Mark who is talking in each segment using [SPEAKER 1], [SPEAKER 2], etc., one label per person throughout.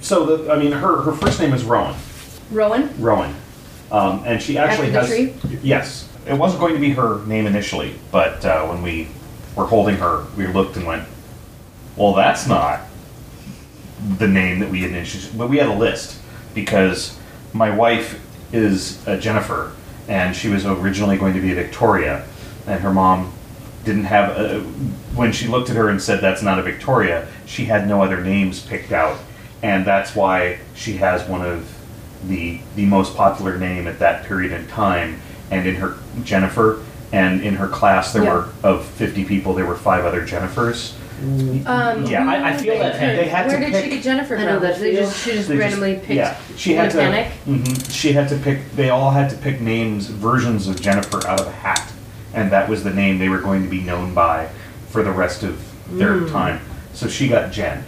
[SPEAKER 1] so the, I mean, her her first name is Rowan.
[SPEAKER 2] Rowan?
[SPEAKER 1] Rowan, um, and she actually
[SPEAKER 2] After the
[SPEAKER 1] has.
[SPEAKER 2] tree?
[SPEAKER 1] Yes, it wasn't going to be her name initially, but uh, when we were holding her, we looked and went, "Well, that's not the name that we had initially." But we had a list because my wife is a Jennifer, and she was originally going to be a Victoria, and her mom didn't have a, when she looked at her and said that's not a Victoria, she had no other names picked out, and that's why she has one of the the most popular name at that period in time. And in her Jennifer, and in her class, there
[SPEAKER 2] Yeah.
[SPEAKER 1] were of fifty people, there were five other Jennifers.
[SPEAKER 2] Um,
[SPEAKER 1] yeah, I, I feel that they had
[SPEAKER 2] Where
[SPEAKER 1] to
[SPEAKER 2] did
[SPEAKER 1] pick.
[SPEAKER 2] she get Jennifer
[SPEAKER 3] I
[SPEAKER 2] from?
[SPEAKER 3] know that they
[SPEAKER 2] Feel-
[SPEAKER 3] just she just
[SPEAKER 1] they just-
[SPEAKER 3] randomly picked
[SPEAKER 1] yeah, she had
[SPEAKER 3] mechanic.
[SPEAKER 1] to. mhm, she had to pick. They all had to pick names, versions of Jennifer out of a hat, and that was the name they were going to be known by for the rest of their
[SPEAKER 3] Hmm.
[SPEAKER 1] time. So she got Jen,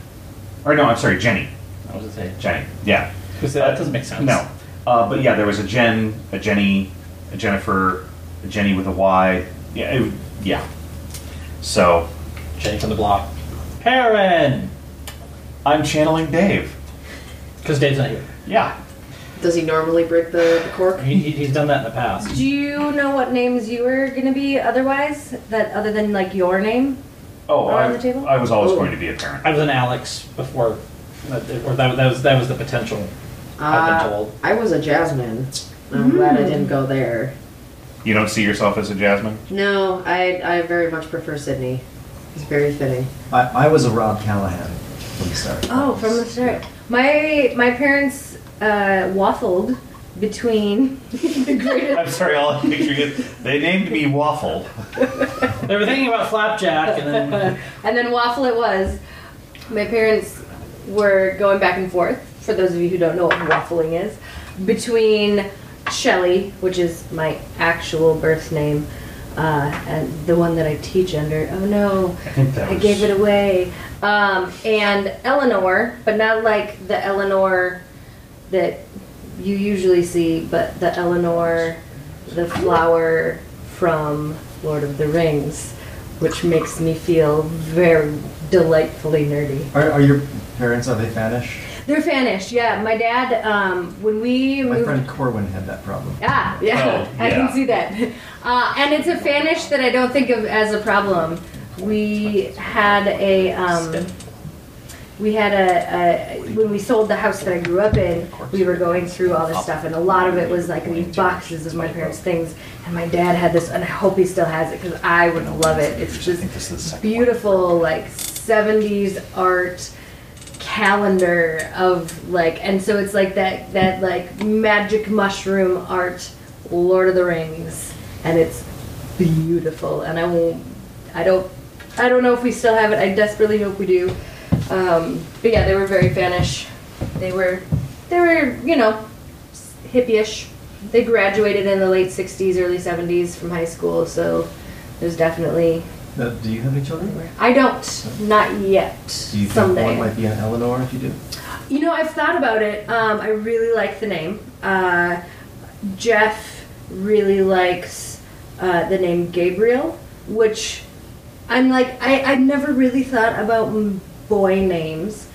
[SPEAKER 1] or no, I'm sorry, Jenny.
[SPEAKER 4] I was gonna say,
[SPEAKER 1] Jenny, yeah.
[SPEAKER 4] because that doesn't make sense.
[SPEAKER 1] No. Uh, but yeah, there was a Jen, a Jenny, a Jennifer, a Jenny with a Y. Yeah, it, yeah. So
[SPEAKER 4] Jenny from the block. Karen,
[SPEAKER 1] I'm channeling Dave.
[SPEAKER 4] because Dave's not here.
[SPEAKER 1] Yeah.
[SPEAKER 3] Does he normally break the, the cork?
[SPEAKER 4] He, he- he's done that in the past.
[SPEAKER 2] Do you know what names you were gonna be otherwise? That other than like your name?
[SPEAKER 1] Oh,
[SPEAKER 2] Around
[SPEAKER 1] I,
[SPEAKER 2] the table?
[SPEAKER 1] I was always
[SPEAKER 3] Oh.
[SPEAKER 1] going to be a parent.
[SPEAKER 4] I was an Alex before, but it- or that, that was that was the potential. I've been told.
[SPEAKER 3] I was a Jasmine. I'm glad I didn't go there.
[SPEAKER 1] You don't see yourself as a Jasmine?
[SPEAKER 3] No, I I very much prefer Sydney. It's very fitting.
[SPEAKER 5] I, I was a Rob Callahan from the start.
[SPEAKER 2] Oh, from the start. My my parents uh, waffled between the greatest.
[SPEAKER 1] I'm sorry, all I'm picturing is they named me Waffle.
[SPEAKER 4] They were thinking about flapjack, and then
[SPEAKER 2] and then waffle it was. My parents were going back and forth. For those of you who don't know what waffling is, between Shelley, which is my actual birth name, uh, and the one that I teach under. Oh no,
[SPEAKER 1] I think that
[SPEAKER 2] I
[SPEAKER 1] was-
[SPEAKER 2] gave it away. Um, and Eleanor, but not like the Eleanor that you usually see, but the Eleanor, the flower from Lord of the Rings, which makes me feel very delightfully nerdy.
[SPEAKER 5] Are, are your parents, are they Spanish?
[SPEAKER 2] They're fanish, yeah. My dad, um, when we
[SPEAKER 5] My
[SPEAKER 2] moved
[SPEAKER 5] friend Corwin had that problem.
[SPEAKER 2] Ah, yeah,
[SPEAKER 1] Oh,
[SPEAKER 2] I
[SPEAKER 1] yeah.
[SPEAKER 2] can see that. Uh, and it's a fanish that I don't think of as a problem. We had a, um, we had a, a, when we sold the house that I grew up in, we were going through all this stuff, and a lot of it was like these boxes of my parents' things. And my dad had this, and I hope he still has it because I would love it. It's just beautiful, like 70s art calendar of like and so it's like that that like magic mushroom art lord of the rings and it's beautiful and i won't i don't i don't know if we still have it i desperately hope we do um, but yeah they were very fanish they were they were you know s- hippie-ish they graduated in the late 60s early 70s from high school so there's definitely
[SPEAKER 5] Uh, do you have any children?
[SPEAKER 2] i don't not yet
[SPEAKER 5] Do you think
[SPEAKER 2] someday
[SPEAKER 5] one might be an Eleanor if you do?
[SPEAKER 2] You know, I've thought about it. Um, I really like the name. Uh, Jeff really likes uh, the name Gabriel, which I'm like, I, I've never really thought about m- boy names,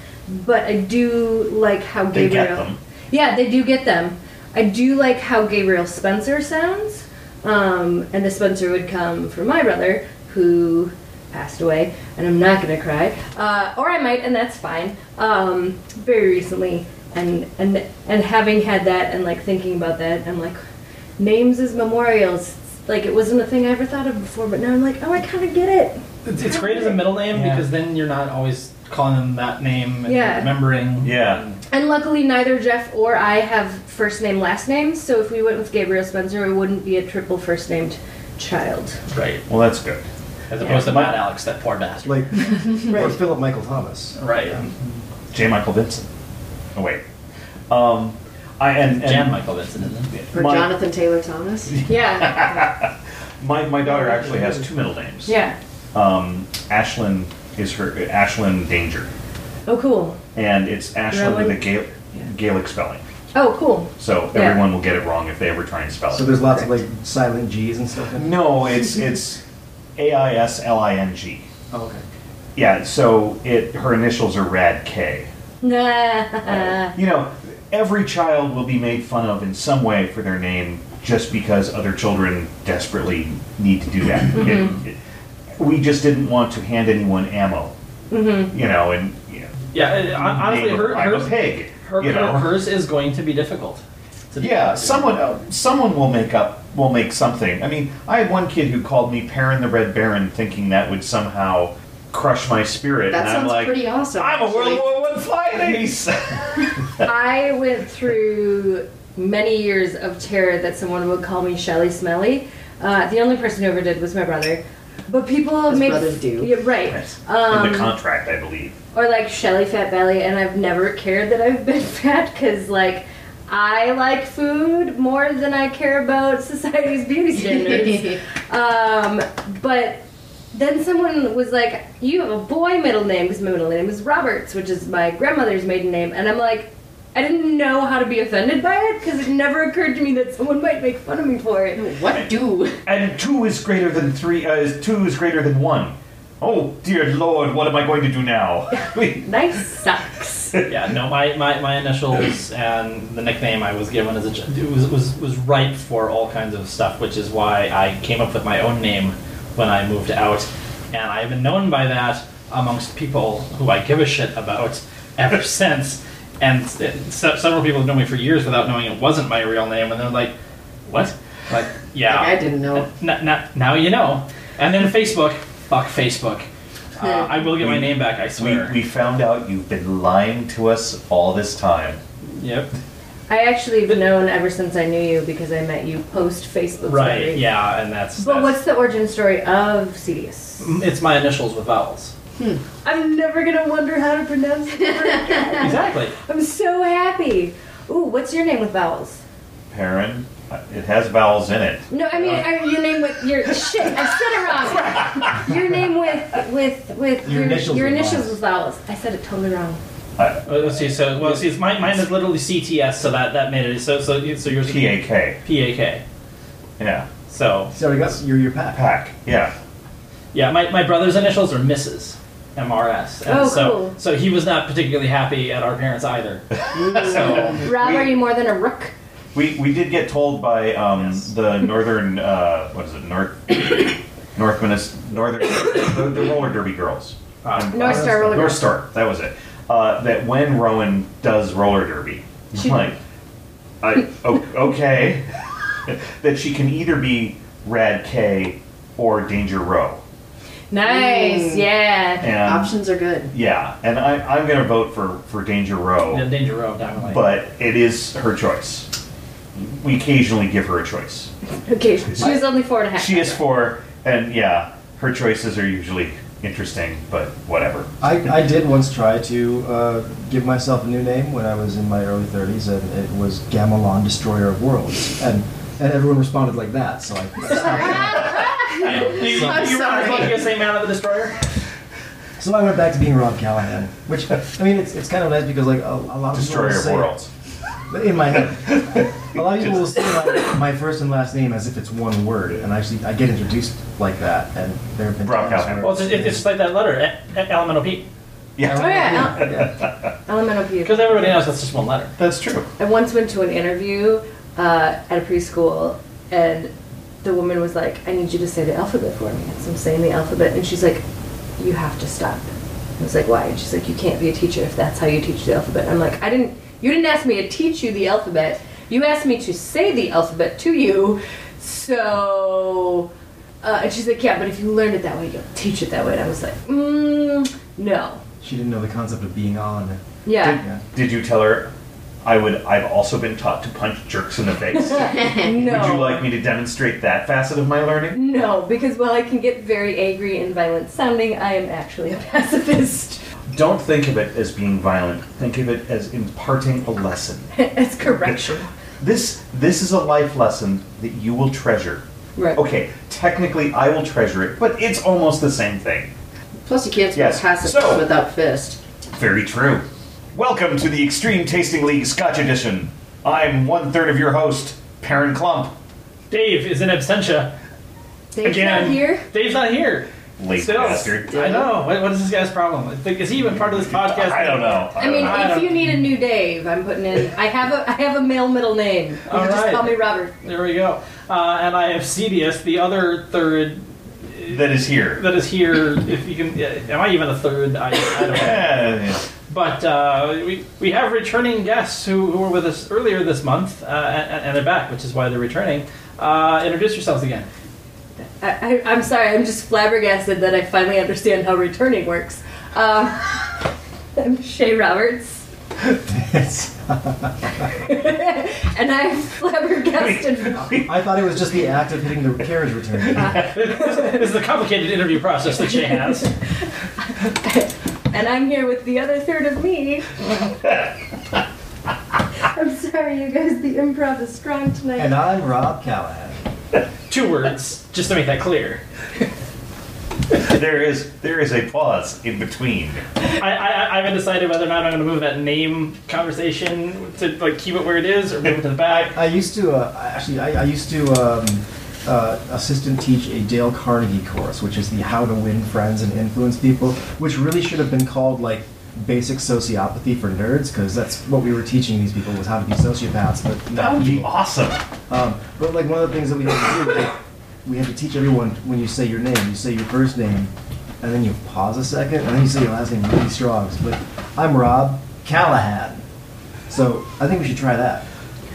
[SPEAKER 2] but I do like how
[SPEAKER 1] They
[SPEAKER 2] Gabriel.
[SPEAKER 1] get them.
[SPEAKER 2] Yeah, they do get them. I do like how Gabriel Spencer sounds, um, and the Spencer would come from my brother, who passed away, and I'm not gonna cry, uh, or I might, and that's fine. Um, very recently, and and and having had that, and like thinking about that, I'm like, names as memorials. Like it wasn't a thing I ever thought of before, but now I'm like, oh, I kind of get it.
[SPEAKER 4] it's, it's great as a middle name
[SPEAKER 5] Yeah.
[SPEAKER 4] because then you're not always calling them that name and
[SPEAKER 2] Yeah.
[SPEAKER 4] remembering.
[SPEAKER 1] Yeah.
[SPEAKER 2] And luckily, neither Jeff or I have first name last names, so if we went with Gabriel Spencer, we wouldn't be a triple first named child.
[SPEAKER 4] Right.
[SPEAKER 1] Well, that's good.
[SPEAKER 4] As opposed to Matt Alex, that poor bastard.
[SPEAKER 5] Like, or Philip Michael Thomas.
[SPEAKER 2] Oh.
[SPEAKER 4] Right.
[SPEAKER 1] J. Michael Vincent. Oh wait. Um, I and, and
[SPEAKER 4] Jan Michael Vincent, isn't it?
[SPEAKER 3] Or
[SPEAKER 1] My-
[SPEAKER 3] Jonathan Taylor Thomas?
[SPEAKER 2] Yeah,
[SPEAKER 1] my my daughter actually has two middle names.
[SPEAKER 2] yeah.
[SPEAKER 1] um, Ashlyn is her Ashlyn Danger,
[SPEAKER 2] Oh, cool.
[SPEAKER 1] and it's Ashlyn with a
[SPEAKER 2] Really?
[SPEAKER 1] Gael, Gaelic spelling.
[SPEAKER 2] Oh, cool.
[SPEAKER 1] So
[SPEAKER 2] Yeah.
[SPEAKER 1] everyone will get it wrong if they ever try and spell
[SPEAKER 5] So
[SPEAKER 1] it.
[SPEAKER 5] there's lots of like silent G's and stuff. In
[SPEAKER 1] No, it's it's A I S L I N G.
[SPEAKER 5] Oh, okay.
[SPEAKER 1] Yeah, so it her initials are Rad K,
[SPEAKER 3] Uh,
[SPEAKER 2] Nah.
[SPEAKER 1] You know, every child will be made fun of in some way for their name just because other children desperately need to do that. It-
[SPEAKER 3] Mm-hmm.
[SPEAKER 1] it- we just didn't want to hand anyone ammo,
[SPEAKER 2] Mhm.
[SPEAKER 3] Mm-hmm.
[SPEAKER 1] you know, and you know,
[SPEAKER 4] Yeah, and hon- honestly,
[SPEAKER 1] name
[SPEAKER 4] her,
[SPEAKER 1] of- I'm a
[SPEAKER 4] hers,
[SPEAKER 1] pig,
[SPEAKER 4] her,
[SPEAKER 1] you know.
[SPEAKER 4] hers is going to be difficult. to be
[SPEAKER 1] yeah,
[SPEAKER 4] honest with you.
[SPEAKER 1] someone uh, someone will make up will make something. I mean, I had one kid who called me Perrin the Red Baron, thinking that would somehow crush my spirit,
[SPEAKER 3] That
[SPEAKER 1] and I'm
[SPEAKER 3] sounds
[SPEAKER 1] like,
[SPEAKER 3] pretty awesome.
[SPEAKER 1] I'm a
[SPEAKER 3] actually.
[SPEAKER 1] World War One flying ace.
[SPEAKER 2] I went through many years of terror that someone would call me Shelly Smelly. Uh, the only person who ever did was my brother. But people have
[SPEAKER 3] His
[SPEAKER 2] made
[SPEAKER 3] brothers do.
[SPEAKER 2] Yeah, right.
[SPEAKER 1] In
[SPEAKER 2] Um,
[SPEAKER 1] the contract, I believe.
[SPEAKER 2] or like Shelly Fat Belly, and I've never cared that I've been fat because like I like food more than I care about society's beauty standards. um, but then someone was like, "You have a boy middle name because my middle name is Roberts, which is my grandmother's maiden name," and I'm like. I didn't know how to be offended by it because it never occurred to me that someone might make fun of me for it.
[SPEAKER 3] What do?
[SPEAKER 1] And two is greater than three. Uh, is- two is greater than one. Oh dear lord, what am I going to do now?
[SPEAKER 2] Nice sucks.
[SPEAKER 4] Yeah, no, my, my, my initials and the nickname I was given as a ch- it was, was was ripe for all kinds of stuff, which is why I came up with my own name when I moved out, and I've been known by that amongst people who I give a shit about ever since. And it, se- several people have known me for years without knowing it wasn't my real name, and they're like, "What?" Like, yeah,
[SPEAKER 3] Like, I didn't know.
[SPEAKER 4] N- n- now you know. And then Facebook, fuck Facebook.
[SPEAKER 3] Hmm.
[SPEAKER 4] Uh, I will get my name back, I
[SPEAKER 1] we,
[SPEAKER 4] swear.
[SPEAKER 1] we found out you've been lying to us all this time.
[SPEAKER 4] yep.
[SPEAKER 2] I actually have known ever since I knew you because I met you post Facebook.
[SPEAKER 4] Right, yeah, and that's.
[SPEAKER 2] But what's
[SPEAKER 4] that's-
[SPEAKER 2] the origin story of Cedius?
[SPEAKER 4] Mm, It's my initials with vowels.
[SPEAKER 2] I'm never gonna wonder how to pronounce it. ever again.
[SPEAKER 4] Exactly.
[SPEAKER 2] I'm so happy. Ooh, what's your name with vowels?
[SPEAKER 1] Perrin, uh, it has vowels in it.
[SPEAKER 2] No, I mean
[SPEAKER 5] Uh,
[SPEAKER 2] I, your name with your shit. I said it wrong. Your name with with with
[SPEAKER 5] Your initials
[SPEAKER 2] your
[SPEAKER 5] with
[SPEAKER 2] initials with
[SPEAKER 5] vowels.
[SPEAKER 2] vowels. I said it totally wrong.
[SPEAKER 1] Uh,
[SPEAKER 4] Uh, Let's see. So, well, see, it's mine, mine is literally CTS, so that, that made it. So, so, so yours
[SPEAKER 1] P A K.
[SPEAKER 4] PAK.
[SPEAKER 1] Yeah.
[SPEAKER 4] So,
[SPEAKER 5] So we got your your pack.
[SPEAKER 1] Pack. Yeah.
[SPEAKER 4] yeah, my, my brother's initials are Mrs. MRS. And
[SPEAKER 2] Oh,
[SPEAKER 4] so,
[SPEAKER 2] cool.
[SPEAKER 4] so he was not particularly happy at our parents either. so,
[SPEAKER 2] Rob,
[SPEAKER 1] We-
[SPEAKER 2] are you more than a rook?
[SPEAKER 1] We we did get told by um,
[SPEAKER 4] Yes.
[SPEAKER 1] the northern uh, what is it north north Minnes- northern the, the roller derby girls.
[SPEAKER 4] uh,
[SPEAKER 2] North Star Roller.
[SPEAKER 1] North Star, that was it. Uh, that when Rowan does roller derby, I'm
[SPEAKER 2] She-
[SPEAKER 1] like, I, o- okay, that she can either be Rad K or Danger Row.
[SPEAKER 2] Nice,
[SPEAKER 3] Mm.
[SPEAKER 2] yeah.
[SPEAKER 1] And
[SPEAKER 3] Options are good.
[SPEAKER 1] yeah, and I, I'm gonna vote for for Danger Row,
[SPEAKER 4] yeah, Danger Row, definitely.
[SPEAKER 1] but it is her choice. We occasionally give her a choice.
[SPEAKER 2] Okay, she was only four and a half.
[SPEAKER 1] She is four, and yeah, her choices are usually interesting, but whatever.
[SPEAKER 5] I, I did once try to uh, give myself a new name when I was in my early 30s, and it was Gamelon Destroyer of Worlds, and and everyone responded like that. So I,
[SPEAKER 4] Yeah. You, you,
[SPEAKER 3] I'm
[SPEAKER 4] you
[SPEAKER 3] sorry.
[SPEAKER 4] were going to say Man of the Destroyer?
[SPEAKER 5] so I went back to being Rob Callahan, which I mean it's, it's kind of nice because like a, a lot of
[SPEAKER 1] Destroyer
[SPEAKER 5] people will
[SPEAKER 1] of
[SPEAKER 5] say,
[SPEAKER 1] Worlds.
[SPEAKER 5] in my head. A lot of people will say my, my first and last name as if it's one word, and actually I get introduced like that, and there have been
[SPEAKER 1] Rob
[SPEAKER 5] times
[SPEAKER 1] Callahan.
[SPEAKER 5] where-
[SPEAKER 4] Well, it's, it's just like that letter, e- e- elemental P.
[SPEAKER 2] Oh yeah, ele-
[SPEAKER 5] yeah.
[SPEAKER 2] elemental beauty.
[SPEAKER 4] Because everybody knows that's just one letter.
[SPEAKER 1] That's true.
[SPEAKER 2] I once went to an interview uh, at a preschool, and the woman was like, "I need you to say the alphabet for me." So I'm saying the alphabet, and she's like, "You have to stop." I was like, "Why?" And she's like, "You can't be a teacher if that's how you teach the alphabet." I'm like, "I didn't. You didn't ask me to teach you the alphabet. You asked me to say the alphabet to you. So." Uh, and she's like, "Yeah, but if you learned it that way, you'll teach it that way." And I was like, mm, "No."
[SPEAKER 5] She didn't know the concept of being on.
[SPEAKER 2] Yeah.
[SPEAKER 5] Yeah.
[SPEAKER 1] Did you tell her I would I've also been taught to punch jerks in the face?
[SPEAKER 2] no.
[SPEAKER 1] Would you like me to demonstrate that facet of my learning?
[SPEAKER 2] No, because while I can get very angry and violent sounding, I am actually a pacifist.
[SPEAKER 1] Don't think of it as being violent. Think of it as imparting a lesson.
[SPEAKER 2] That's correction.
[SPEAKER 1] This this is a life lesson that you will treasure.
[SPEAKER 2] Right.
[SPEAKER 1] Okay, technically I will treasure it, but it's almost the same thing.
[SPEAKER 3] Plus, you can't yes.
[SPEAKER 1] Yes.
[SPEAKER 3] pass
[SPEAKER 1] So-
[SPEAKER 3] without fist.
[SPEAKER 1] Very true. Welcome to the Extreme Tasting League Scotch Edition. I'm one third of your host, Perrin Clump.
[SPEAKER 4] Dave is in absentia.
[SPEAKER 2] Dave's
[SPEAKER 4] Again.
[SPEAKER 2] not here.
[SPEAKER 4] Dave's not here.
[SPEAKER 1] late
[SPEAKER 4] Still,
[SPEAKER 1] bastard.
[SPEAKER 4] I know. What, what is this guy's problem? Like, is he even part of this podcast?
[SPEAKER 1] I don't know.
[SPEAKER 2] I mean,
[SPEAKER 4] I
[SPEAKER 2] if
[SPEAKER 4] don't-
[SPEAKER 2] you need a new Dave, I'm putting in. I have a I have a male middle name. You
[SPEAKER 4] All
[SPEAKER 2] can just
[SPEAKER 4] right.
[SPEAKER 2] call me Robert.
[SPEAKER 4] There we go. Uh, and I have Cedius, the other third
[SPEAKER 1] that is here.
[SPEAKER 4] that is here. If you can, yeah, am I even a third? I, I don't know.
[SPEAKER 1] Eh, yeah.
[SPEAKER 4] But uh, we we have returning guests who, who were with us earlier this month, uh, and, and they're back, which is why they're returning. Uh, introduce yourselves again.
[SPEAKER 2] I, I, I'm sorry, I'm just flabbergasted that I finally understand how returning works. Um, I'm Shay Roberts,
[SPEAKER 5] It's-
[SPEAKER 2] and I'm flabbergasted.
[SPEAKER 5] I thought it was just the act of hitting the carriage return.
[SPEAKER 4] this is a complicated interview process that Shay has.
[SPEAKER 2] and I'm here with the other third of me. I'm sorry, you guys, the improv is strong tonight.
[SPEAKER 5] And I'm Rob Callahan.
[SPEAKER 4] Two words, just to make that clear.
[SPEAKER 1] there is there is a pause in between.
[SPEAKER 4] I, I, I haven't decided whether or not I'm going to move that name conversation to like keep it where it is or move it to the back.
[SPEAKER 5] I used to uh, actually. I, I used to um, uh, assistant teach a Dale Carnegie course, which is the How to Win Friends and Influence People, which really should have been called like Basic Sociopathy for Nerds, because that's what we were teaching these people was how to be sociopaths. But
[SPEAKER 1] That
[SPEAKER 5] not
[SPEAKER 1] would be
[SPEAKER 5] be-
[SPEAKER 1] awesome.
[SPEAKER 5] Um, but like one of the things that we had to do, like, we had to teach everyone when you say your name, you say your first name, and then you pause a second, and then you say your last name really strong. But I'm Rob Callahan, so I think we should try that.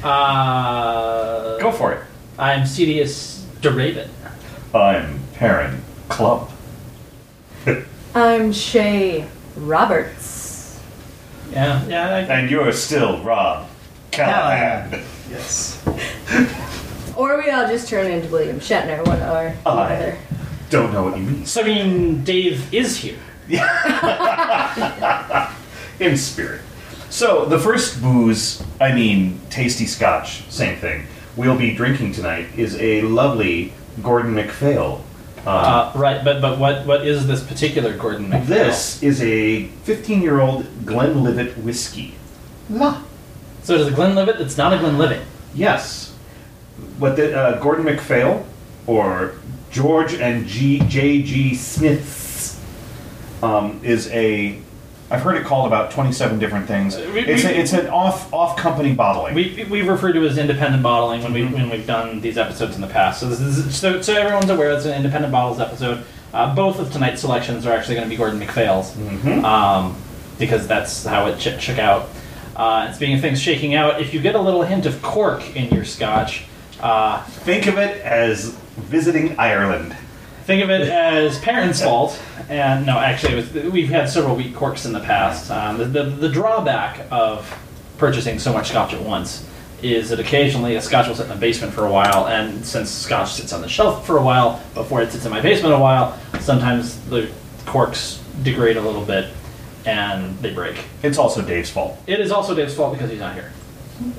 [SPEAKER 4] Uh,
[SPEAKER 1] Go for it.
[SPEAKER 4] I'm Cedius DeRaven.
[SPEAKER 1] I'm Perrin Club.
[SPEAKER 2] I'm Shay Roberts.
[SPEAKER 4] Yeah, yeah.
[SPEAKER 1] And you're still Rob Callahan.
[SPEAKER 5] Yes.
[SPEAKER 2] Or we all just turn into William Shatner, one or the
[SPEAKER 1] Aye.
[SPEAKER 2] other.
[SPEAKER 1] Don't know what you
[SPEAKER 4] I,
[SPEAKER 1] mean.
[SPEAKER 4] so I mean, Dave is here.
[SPEAKER 1] In spirit. So the first booze, I mean tasty scotch, same thing, we'll be drinking tonight is a lovely Gordon MacPhail. Uh,
[SPEAKER 4] Uh, right, but but what what is this particular Gordon McPhail?
[SPEAKER 1] this is a 15-year-old Glenlivet whiskey. La.
[SPEAKER 4] So does a Glenlivet? It's not a Glenlivet.
[SPEAKER 1] Yes. What the uh, Gordon MacPhail or George and G J G Smiths um, is a. I've heard it called about twenty-seven different things.
[SPEAKER 4] Uh, we-
[SPEAKER 1] it's,
[SPEAKER 4] we-
[SPEAKER 1] a, it's an off off company bottling.
[SPEAKER 4] We we refer to it as independent bottling when we when we've done these episodes in the past. So this is so, so everyone's aware it's an independent bottles episode. Uh, both of tonight's selections are actually going to be Gordon McPhail's, um, because that's how it ch- shook out. Uh, and speaking of things shaking out, if you get a little hint of cork in your scotch, uh,
[SPEAKER 1] Think of it as visiting Ireland.
[SPEAKER 4] Think of it as parents' fault, and no, actually, it was, we've had several weak corks in the past. Um, the, the, the drawback of purchasing so much scotch at once is that occasionally a scotch will sit in the basement for a while, and since scotch sits on the shelf for a while before it sits in my basement a while, sometimes the corks degrade a little bit and they break.
[SPEAKER 1] It's also Dave's fault.
[SPEAKER 4] It is also Dave's fault because he's not here.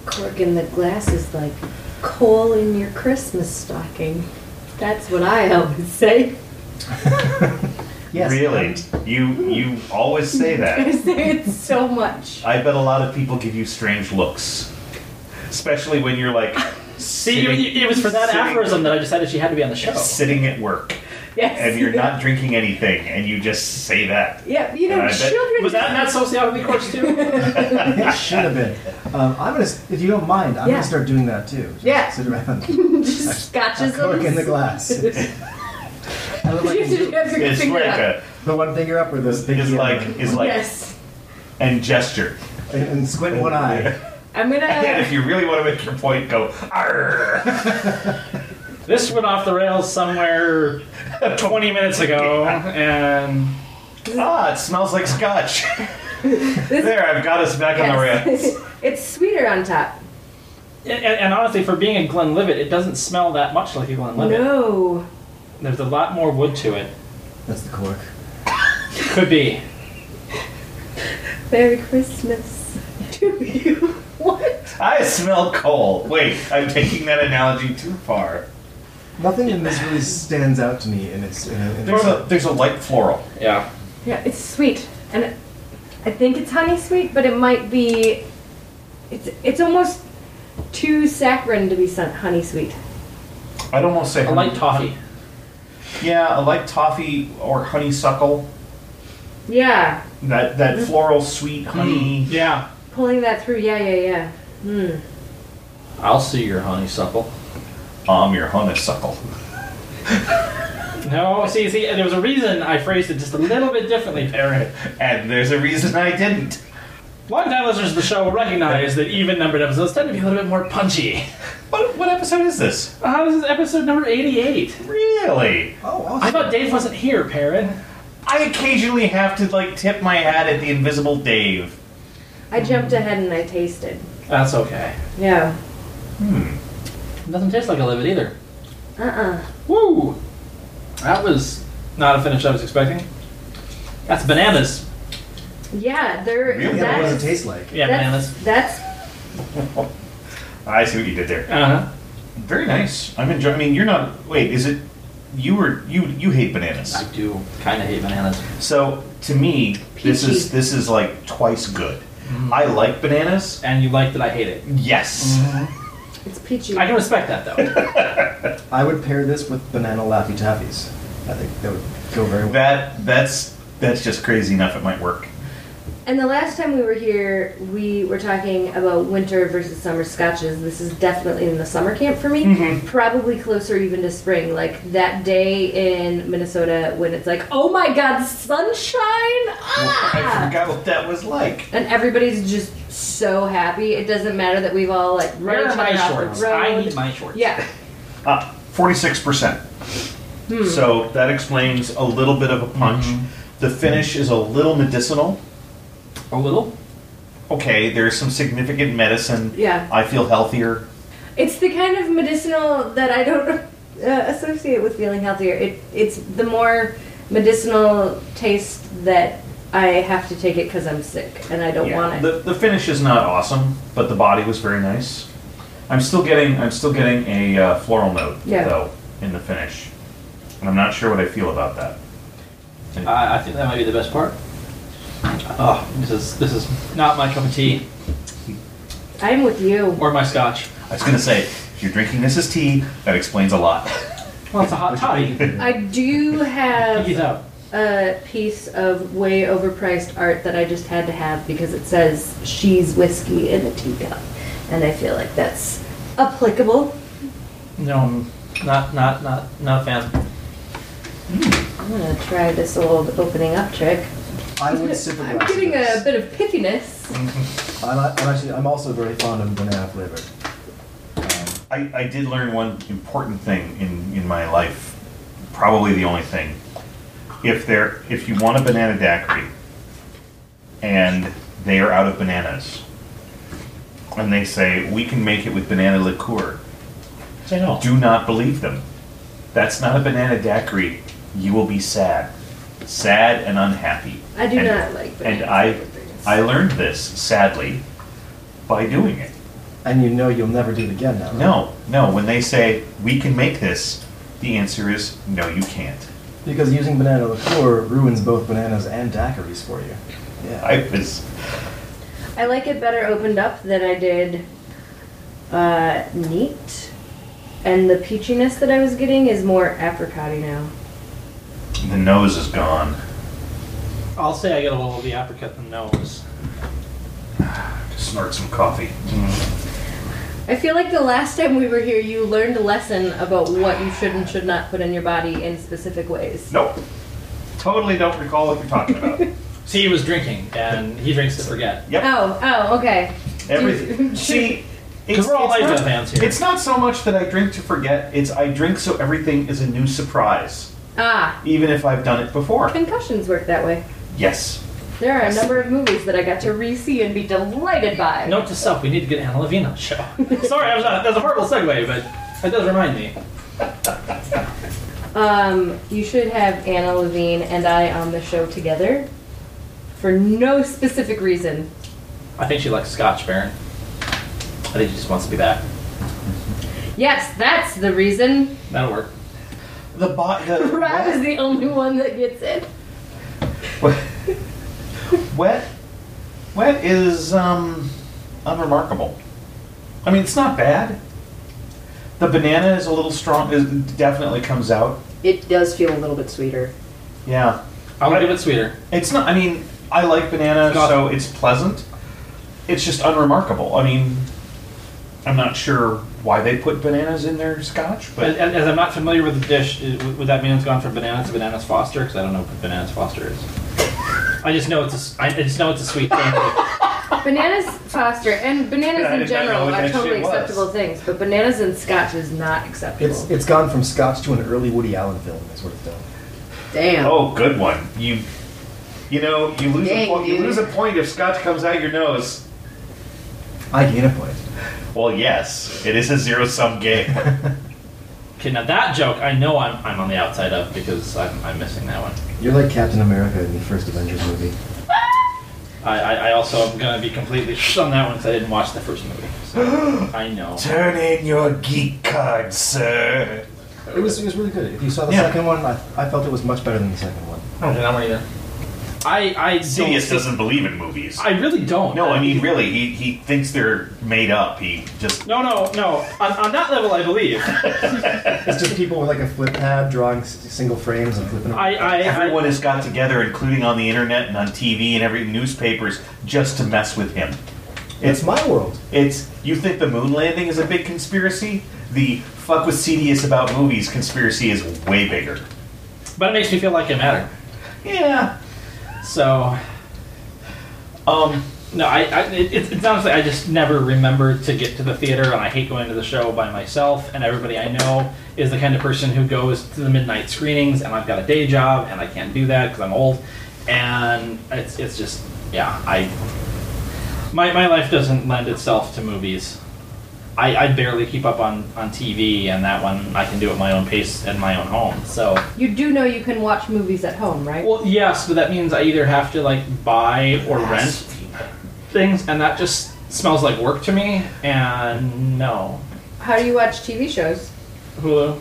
[SPEAKER 2] Cork in the glass is like coal in your Christmas stocking. That's what I always say.
[SPEAKER 5] Yes.
[SPEAKER 1] Really, you you always say
[SPEAKER 2] I
[SPEAKER 1] that.
[SPEAKER 2] say it so much.
[SPEAKER 1] I bet a lot of people give you strange looks, especially when you're like
[SPEAKER 4] See, you- you- it was for that
[SPEAKER 1] Sitting-
[SPEAKER 4] aphorism that I decided she had to be on the show.
[SPEAKER 1] sitting at work.
[SPEAKER 2] Yes.
[SPEAKER 1] and you're not drinking anything, and you just say that.
[SPEAKER 2] Yeah, you know,
[SPEAKER 1] And I bet-
[SPEAKER 2] children.
[SPEAKER 4] Was that not sociopathy corks too?
[SPEAKER 5] it should have been. Um, I'm gonna, s- if you don't mind, I'm
[SPEAKER 2] Yeah.
[SPEAKER 5] gonna start doing that too. Just
[SPEAKER 2] Yeah.
[SPEAKER 5] Sit around,
[SPEAKER 2] just scotches
[SPEAKER 5] cork
[SPEAKER 2] them.
[SPEAKER 5] in the glass. I look like
[SPEAKER 2] you should
[SPEAKER 5] a-
[SPEAKER 2] have your
[SPEAKER 1] It's
[SPEAKER 2] finger
[SPEAKER 1] like
[SPEAKER 2] up.
[SPEAKER 1] a
[SPEAKER 5] the one finger up or the pinky
[SPEAKER 1] is
[SPEAKER 5] up?
[SPEAKER 1] like is like
[SPEAKER 2] yes.
[SPEAKER 1] and gesture.
[SPEAKER 5] and, and squint one eye.
[SPEAKER 2] I'm gonna.
[SPEAKER 1] And if you really want to make your point, go "Arr."
[SPEAKER 4] This went off the rails somewhere 20 minutes ago, and
[SPEAKER 1] ah, it smells like scotch. there, I've got us back on the rails.
[SPEAKER 2] yes. it's sweeter on top.
[SPEAKER 4] and, and honestly, for being a Glenlivet, it doesn't smell that much like a Glenlivet.
[SPEAKER 2] No.
[SPEAKER 4] There's a lot more wood to it.
[SPEAKER 5] That's the cork.
[SPEAKER 4] Could be.
[SPEAKER 2] Merry Christmas to you. What?
[SPEAKER 1] I smell coal. Wait, I'm taking that analogy too far.
[SPEAKER 5] Nothing in this really stands out to me, and it's. In in
[SPEAKER 1] There's a there's a light floral.
[SPEAKER 4] Yeah.
[SPEAKER 2] Yeah, it's sweet, and I think it's honey sweet, but it might be. It's it's almost too saccharine to be sun- honey sweet.
[SPEAKER 1] I'd almost say
[SPEAKER 4] A light toffee.
[SPEAKER 1] Yeah, I like toffee or honeysuckle.
[SPEAKER 2] Yeah,
[SPEAKER 1] That that floral sweet honey.
[SPEAKER 4] Yeah.
[SPEAKER 2] pulling that through. Yeah, yeah, yeah. Hmm.
[SPEAKER 4] I'll see your honeysuckle.
[SPEAKER 1] Um, your honeysuckle.
[SPEAKER 4] No, see, see, there was a reason I phrased it just a little bit differently, Perry.
[SPEAKER 1] And there's a reason I didn't.
[SPEAKER 4] Long-time listeners of the show will recognize that even-numbered episodes tend to be a little bit more punchy.
[SPEAKER 1] What what episode is this?
[SPEAKER 4] Uh, this is episode number 88.
[SPEAKER 1] Really?
[SPEAKER 5] Oh, awesome.
[SPEAKER 4] I thought Dave wasn't here, Perrin.
[SPEAKER 1] I occasionally have to like tip my hat at the invisible Dave.
[SPEAKER 2] I jumped ahead and I tasted.
[SPEAKER 4] That's okay.
[SPEAKER 2] Mm-hmm. Yeah.
[SPEAKER 1] Hmm.
[SPEAKER 4] Doesn't taste like a livid either.
[SPEAKER 2] Uh uh
[SPEAKER 4] Woo! That was not a finish I was expecting. That's bananas.
[SPEAKER 2] Yeah, there.
[SPEAKER 1] Really?
[SPEAKER 5] yeah, what does
[SPEAKER 2] That's,
[SPEAKER 5] it taste like?
[SPEAKER 4] Yeah,
[SPEAKER 2] that's,
[SPEAKER 4] bananas.
[SPEAKER 2] that's
[SPEAKER 1] I see what you did there.
[SPEAKER 4] Uh-huh.
[SPEAKER 1] Very nice. I'm enjoying. I mean, you're not. Wait, is it? You were you you hate bananas.
[SPEAKER 4] I do kind of hate bananas.
[SPEAKER 1] So to me, this is this is like twice good. I like bananas.
[SPEAKER 4] And you like that I hate it.
[SPEAKER 1] Yes.
[SPEAKER 2] it's peachy.
[SPEAKER 4] I can respect that, though.
[SPEAKER 5] I would pair this with banana laffy taffies. I think that would go very well.
[SPEAKER 1] That that's that's just crazy enough. It might work.
[SPEAKER 2] And the last time we were here, we were talking about winter versus summer scotches. This is definitely in the summer camp for me.
[SPEAKER 4] Mm-hmm.
[SPEAKER 2] Probably closer even to spring, like that day in Minnesota when it's like, oh my god, sunshine!
[SPEAKER 1] I
[SPEAKER 2] Ah!
[SPEAKER 1] forgot what that was like.
[SPEAKER 2] And everybody's just so happy. It doesn't matter that we've all like run
[SPEAKER 4] Where
[SPEAKER 2] each
[SPEAKER 4] are
[SPEAKER 2] other
[SPEAKER 4] my
[SPEAKER 2] off
[SPEAKER 4] shorts?
[SPEAKER 2] the road.
[SPEAKER 4] I need my shorts.
[SPEAKER 2] yeah.
[SPEAKER 1] Uh, 46%.
[SPEAKER 2] Hmm.
[SPEAKER 1] So that explains a little bit of a punch. The finish is a little medicinal.
[SPEAKER 4] A little?
[SPEAKER 1] Okay, there's some significant medicine.
[SPEAKER 2] Yeah.
[SPEAKER 1] I feel healthier.
[SPEAKER 2] It's the kind of medicinal that I don't uh, associate with feeling healthier. It, it's the more medicinal taste that I have to take it because I'm sick and I don't
[SPEAKER 1] Yeah.
[SPEAKER 2] want it.
[SPEAKER 1] The, the finish is not awesome, but the body was very nice. I'm still getting I'm still getting a uh, floral note
[SPEAKER 2] Yeah.
[SPEAKER 1] though in the finish, and I'm not sure what I feel about that.
[SPEAKER 4] I I think that might be the best part. Oh, this is this is not my cup of tea
[SPEAKER 2] I'm with you.
[SPEAKER 4] or my scotch.
[SPEAKER 1] I was gonna say, if you're drinking this as tea, that explains a lot.
[SPEAKER 4] Well, it's a hot toddy.
[SPEAKER 2] I do have
[SPEAKER 4] He's out.
[SPEAKER 2] a piece of way overpriced art that I just had to have because it says she's whiskey in a teacup, and I feel like that's applicable.
[SPEAKER 4] No, I'm not not not not a fan.
[SPEAKER 2] I'm gonna try this old opening up trick.
[SPEAKER 5] I would sip a
[SPEAKER 2] I'm
[SPEAKER 5] glass of
[SPEAKER 2] getting a
[SPEAKER 5] this.
[SPEAKER 2] bit of pithiness.
[SPEAKER 5] I'm, I'm actually, I'm also very fond of banana flavor.
[SPEAKER 1] I, I did learn one important thing in, in my life, probably the only thing. If there if you want a banana daiquiri and they are out of bananas and they say we can make it with banana liqueur,
[SPEAKER 4] Say no.
[SPEAKER 1] do not believe them. That's not a banana daiquiri. You will be sad. Sad and unhappy.
[SPEAKER 2] I do
[SPEAKER 1] And-
[SPEAKER 2] not like bananas.
[SPEAKER 1] And I
[SPEAKER 2] with things.
[SPEAKER 1] I learned this, sadly, by doing it.
[SPEAKER 5] And you know you'll never do it again now, right?
[SPEAKER 1] No, no. When they say we can make this, the answer is no, you can't.
[SPEAKER 5] Because using banana liqueur ruins both bananas and daiquiris for you. Yeah.
[SPEAKER 1] I was
[SPEAKER 2] I like it better opened up than I did uh, neat. And the peachiness that I was getting is more apricotty now.
[SPEAKER 1] the nose is gone.
[SPEAKER 4] I'll say I get a little of the apricot and nose.
[SPEAKER 1] Snort some coffee.
[SPEAKER 4] Mm-hmm.
[SPEAKER 2] I feel like the last time we were here, you learned a lesson about what you should and should not put in your body in specific ways.
[SPEAKER 1] Nope. Totally don't recall what you're talking about.
[SPEAKER 4] See, he was drinking, and he drinks to forget.
[SPEAKER 1] Yep.
[SPEAKER 2] Oh, oh, okay.
[SPEAKER 1] Everything. See,
[SPEAKER 4] Because we're all
[SPEAKER 1] it's
[SPEAKER 4] Lifeguard
[SPEAKER 1] not-
[SPEAKER 4] fans here.
[SPEAKER 1] It's not so much that I drink to forget. It's I drink so everything is a new surprise,
[SPEAKER 2] Ah,
[SPEAKER 1] even if I've done it before.
[SPEAKER 2] concussions work that way.
[SPEAKER 1] Yes.
[SPEAKER 2] There are a number of movies that I got to re-see and be delighted by.
[SPEAKER 4] Note to self: we need to get Anna Levine on the show. Sorry, I was not, that's a horrible segue, but it does remind me.
[SPEAKER 2] Um, you should have Anna Levine and I on the show together for no specific reason.
[SPEAKER 4] I think she likes scotch, Baron. I think she just wants to be back.
[SPEAKER 2] Yes, that's the reason.
[SPEAKER 4] That'll work.
[SPEAKER 1] The bot. The,
[SPEAKER 2] Rob is the only one that gets it.
[SPEAKER 1] Wet, wet, wet is um, unremarkable. I mean, it's not bad. The banana is a little strong. Is definitely comes out.
[SPEAKER 3] It does feel a little bit sweeter.
[SPEAKER 1] Yeah.
[SPEAKER 4] I would give it sweeter.
[SPEAKER 1] It's not. I mean, I like banana,
[SPEAKER 4] It's not-
[SPEAKER 1] so it's pleasant. It's just unremarkable. I mean, I'm not sure why they put bananas in their scotch,
[SPEAKER 4] But
[SPEAKER 1] but
[SPEAKER 4] as, as I'm not familiar with the dish, i- w- would that mean it's gone from bananas to bananas Foster? Because I don't know what bananas Foster is. I just know it's a s I I just know it's a sweet thing.
[SPEAKER 2] Bananas foster and
[SPEAKER 1] Yeah, I
[SPEAKER 2] bananas
[SPEAKER 1] did not
[SPEAKER 2] in
[SPEAKER 1] know
[SPEAKER 2] general
[SPEAKER 1] what
[SPEAKER 2] are
[SPEAKER 1] that
[SPEAKER 2] totally
[SPEAKER 1] shit was.
[SPEAKER 2] acceptable things, but bananas and scotch is not
[SPEAKER 5] It's
[SPEAKER 2] acceptable.
[SPEAKER 5] it's gone from Scotch to an early Woody Allen film is what it's done.
[SPEAKER 3] Damn.
[SPEAKER 1] oh, good one. You, you know, you lose
[SPEAKER 3] Dang,
[SPEAKER 1] a point. You
[SPEAKER 3] dude.
[SPEAKER 1] lose a point if scotch comes out your nose.
[SPEAKER 5] I gain a point.
[SPEAKER 1] Well, yes, it is a zero sum game.
[SPEAKER 4] Okay, now that joke I know I'm, I'm on the outside of because I'm, I'm missing that one.
[SPEAKER 5] You're like Captain America in the first Avengers movie.
[SPEAKER 4] I, I, I also am going to be completely on that one because I didn't watch the first movie. So I know.
[SPEAKER 1] Turn in your geek card, sir.
[SPEAKER 5] It was, it was really good. If you saw the
[SPEAKER 1] Yeah.
[SPEAKER 5] second one, I, I felt it was much better than the second one.
[SPEAKER 4] I don't know that one either. I, I don't
[SPEAKER 1] Sidious
[SPEAKER 4] see-
[SPEAKER 1] doesn't believe in movies.
[SPEAKER 4] I really don't.
[SPEAKER 1] no, I mean really, he, he thinks they're made up. He just
[SPEAKER 4] No, no, no. On, on that level, I believe.
[SPEAKER 5] It's just people with like a flip pad drawing s- single frames and flipping. them.
[SPEAKER 4] I, I, I,
[SPEAKER 1] Everyone has got together, including on the internet and on TV and every newspapers, just to mess with him.
[SPEAKER 5] it's my world.
[SPEAKER 1] It's you think the moon landing is a big conspiracy? The fuck with CDS about movies conspiracy is way bigger.
[SPEAKER 4] but it makes me feel like I matter.
[SPEAKER 1] Yeah.
[SPEAKER 4] So,
[SPEAKER 1] Um.
[SPEAKER 4] no, I, I it, it's it's honestly, I just never remember to get to the theater, and I hate going to the show by myself. And everybody I know is the kind of person who goes to the midnight screenings, and I've got a day job, and I can't do that because I'm old. And it's, it's just, yeah, I. My, my life doesn't lend itself to movies. I, I barely keep up on, on TV, and that one I can do at my own pace in my own home. So,
[SPEAKER 2] You do know you can watch movies at home, right?
[SPEAKER 4] Well, yes, but that means I either have to like buy or rent things, and that just smells like work to me. And no,
[SPEAKER 2] How do you watch TV shows?
[SPEAKER 4] Hulu.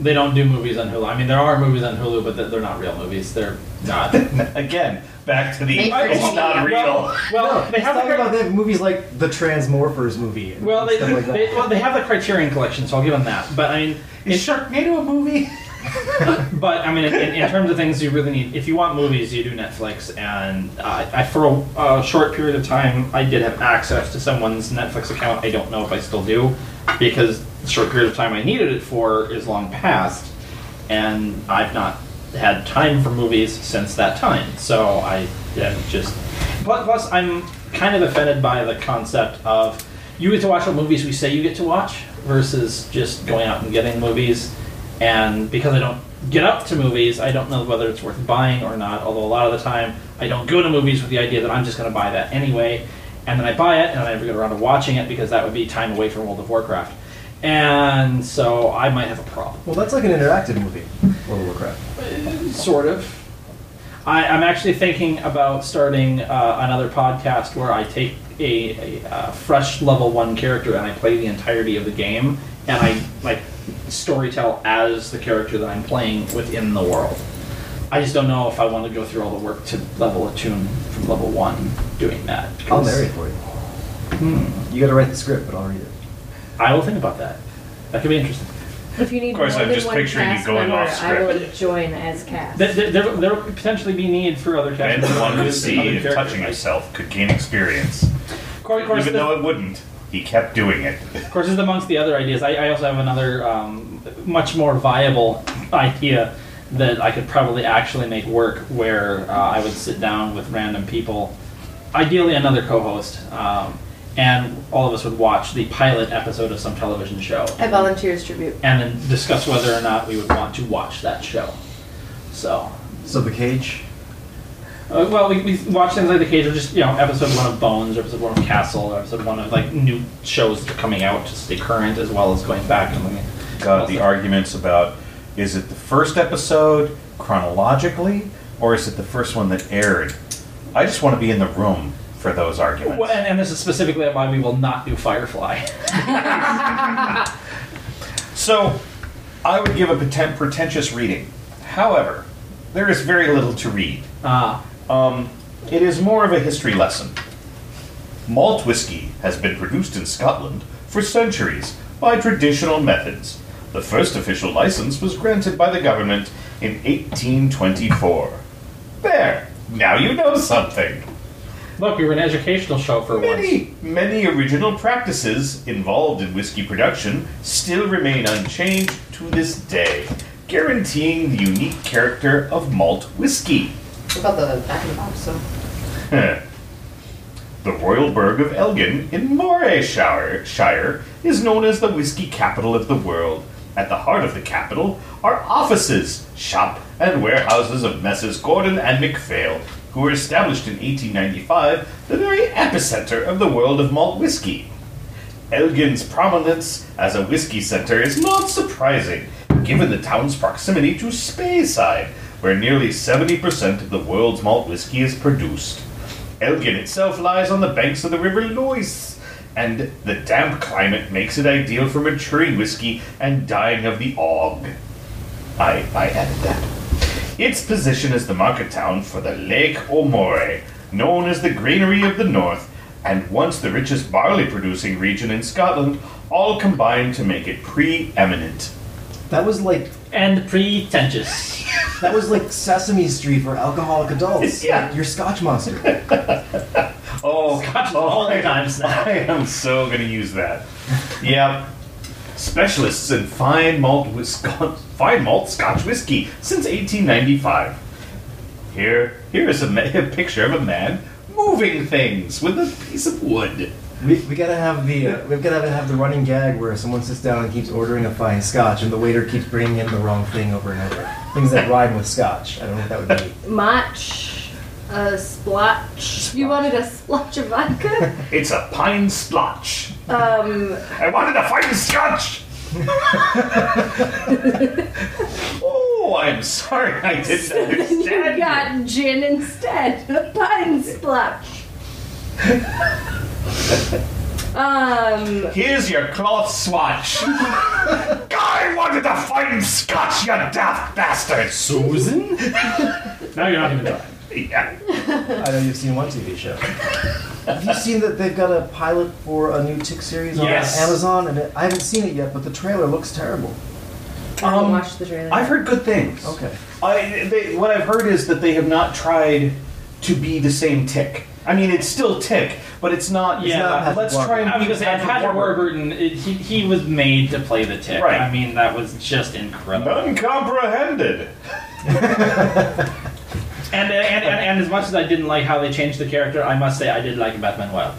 [SPEAKER 4] They don't do movies on Hulu. I mean, there are movies on Hulu, but they're- they're not real movies. They're not.
[SPEAKER 1] Again, back to the
[SPEAKER 3] Made for
[SPEAKER 1] it's
[SPEAKER 3] TV.
[SPEAKER 1] not real.
[SPEAKER 4] Well, well,
[SPEAKER 5] no,
[SPEAKER 4] they
[SPEAKER 5] it's
[SPEAKER 4] have the
[SPEAKER 5] talking
[SPEAKER 4] cri-
[SPEAKER 5] about the movies like the Transmorphers movie. And
[SPEAKER 4] well, they,
[SPEAKER 5] stuff like that.
[SPEAKER 4] they, well, they have the Criterion Collection, so I'll give them that. But I mean, in,
[SPEAKER 1] Is Sharknado a movie?
[SPEAKER 4] But I mean, in, in terms of things you really need, if you want movies, you do Netflix. And uh, I, for a, a short period of time, I did have access to someone's Netflix account. I don't know if I still do, because the short period of time I needed it for is long past, and I've not had time for movies since that time. So I yeah, just plus, plus I'm kind of offended by the concept of you get to watch what movies we say you get to watch versus just going out and getting movies. And because I don't get up to movies, I don't know whether it's worth buying or not. Although a lot of the time, I don't go to movies with the idea that I'm just going to buy that anyway. And then I buy it, and I never get around to watching it because that would be time away from World of Warcraft. And so I might have a problem.
[SPEAKER 5] well, that's like an interactive movie. World of Warcraft.
[SPEAKER 4] Sort of. I, I'm actually thinking about starting uh, another podcast where I take a, a, uh fresh level one character and I play the entirety of the game, and I like storytell as the character that I'm playing within the world. I just don't know if I want to go through all the work to level a tune from level one doing that.
[SPEAKER 5] I'll
[SPEAKER 4] because-
[SPEAKER 5] narrate for you. Hmm. You got to write the script, but I'll read it.
[SPEAKER 4] I will think about that. That could be interesting.
[SPEAKER 2] If you need
[SPEAKER 1] Of course,
[SPEAKER 2] more
[SPEAKER 1] I'm
[SPEAKER 2] than
[SPEAKER 1] just
[SPEAKER 2] one
[SPEAKER 1] picturing you
[SPEAKER 2] cast
[SPEAKER 1] going
[SPEAKER 2] member,
[SPEAKER 1] off
[SPEAKER 2] I will
[SPEAKER 1] script.
[SPEAKER 2] join as cast.
[SPEAKER 4] There, there, there, there would potentially be need for other
[SPEAKER 1] And
[SPEAKER 4] characters.
[SPEAKER 1] the one who
[SPEAKER 4] other
[SPEAKER 1] see if
[SPEAKER 4] characters.
[SPEAKER 1] touching himself could gain experience,
[SPEAKER 4] Of course, of course,
[SPEAKER 1] even
[SPEAKER 4] the-
[SPEAKER 1] though it wouldn't. He kept doing it.
[SPEAKER 4] Of course, as amongst the other ideas, I, I also have another um, much more viable idea that I could probably actually make work where uh, I would sit down with random people, ideally another co host, um, and all of us would watch the pilot episode of some television show
[SPEAKER 3] I volunteers tribute.
[SPEAKER 4] and then discuss whether or not we would want to watch that show. So.
[SPEAKER 5] So the cage.
[SPEAKER 4] Uh, well, we, we watch things like The Cage, or just you know, episode one of Bones, or episode one of Castle, or episode one of like new shows that are coming out to stay current, as well as going back and looking. at-
[SPEAKER 1] God, the arguments about is it the first episode chronologically or is it the first one that aired? I just want to be in the room for those arguments.
[SPEAKER 4] Well, and, and this is specifically why we will not do Firefly.
[SPEAKER 1] So, I would give a potent- pretentious reading. However, there is very little to read.
[SPEAKER 4] Uh,
[SPEAKER 1] Um, it is more of a history lesson. Malt whiskey has been produced in Scotland for centuries by traditional methods, The first official license was granted by the government in 1824. There, now you know something.
[SPEAKER 4] Look, we were an educational show for once.
[SPEAKER 1] Many, many original practices involved in whiskey production still remain unchanged to this day, guaranteeing the unique character of malt whiskey.
[SPEAKER 3] What about the back of the box? So
[SPEAKER 1] Huh. the Royal Burg of Elgin in Morayshire Shire is known as the whiskey capital of the world. At the heart of the capital are offices, shop, and warehouses of Messrs. Gordon and MacPhail, who were established in 1895, the very epicenter of the world of malt whiskey. Elgin's prominence as a whiskey center is not surprising, given the town's proximity to Speyside, where nearly 70% of the world's malt whiskey is produced. Elgin itself lies on the banks of the River Loise, and the damp climate makes it ideal for maturing whiskey and dyeing of the og. I, I added that. Its position is the market town for the Lake Omore, known as the Greenery of the North, and once the richest barley producing region in Scotland, all combined to make it preeminent.
[SPEAKER 5] That was like
[SPEAKER 4] And pretentious.
[SPEAKER 5] that was like Sesame Street for alcoholic adults.
[SPEAKER 1] Yeah.
[SPEAKER 5] Your Scotch Monster.
[SPEAKER 1] Oh,
[SPEAKER 4] Scotch all the times now.
[SPEAKER 1] I am so gonna use that. Yep. Specialists in fine malt Wisconsin, fine malt Scotch whiskey since 1895. Here, here is a, ma- a picture of a man moving things with a piece of wood.
[SPEAKER 5] we, we gotta have the uh, we've gotta have the running gag where someone sits down and keeps ordering a fine Scotch, and the waiter keeps bringing in the wrong thing over and over. Things that rhyme with Scotch. I don't know what that would be.
[SPEAKER 2] Match, a splotch. You wanted a splotch of vodka?
[SPEAKER 1] It's a pine splotch.
[SPEAKER 2] um,
[SPEAKER 1] I wanted a fine Scotch. oh, I'm sorry, I didn't
[SPEAKER 2] then you
[SPEAKER 1] understand.
[SPEAKER 2] got gin instead. A pine splotch. um,
[SPEAKER 1] Here's your cloth swatch. I wanted to find Scotch, you daft bastards.
[SPEAKER 4] Susan? now you're not even trying.
[SPEAKER 1] Yeah.
[SPEAKER 5] I know you've seen one TV show. Have you seen that they've got a pilot for a new Tick series on
[SPEAKER 4] Yes.
[SPEAKER 5] Amazon? And it, I haven't seen it yet, but the trailer looks terrible.
[SPEAKER 2] I haven't
[SPEAKER 1] Um,
[SPEAKER 2] watched the trailer.
[SPEAKER 1] I've heard good things.
[SPEAKER 5] Okay.
[SPEAKER 1] I, they, what I've heard is that they have not tried to be the same tick. I mean, it's still tick, but it's not. it's
[SPEAKER 4] Yeah,
[SPEAKER 1] not-
[SPEAKER 5] Patrick
[SPEAKER 1] let's try and
[SPEAKER 4] I was gonna say,
[SPEAKER 1] Patrick
[SPEAKER 4] Patrick
[SPEAKER 1] Warburton.
[SPEAKER 4] Warburton, it, he, he was made to play the tick.
[SPEAKER 1] Right.
[SPEAKER 4] I mean, that was just incredible.
[SPEAKER 1] Uncomprehended.
[SPEAKER 4] And, and, and, and as much as I didn't like how they changed the character, I must say I did like Batman Wild.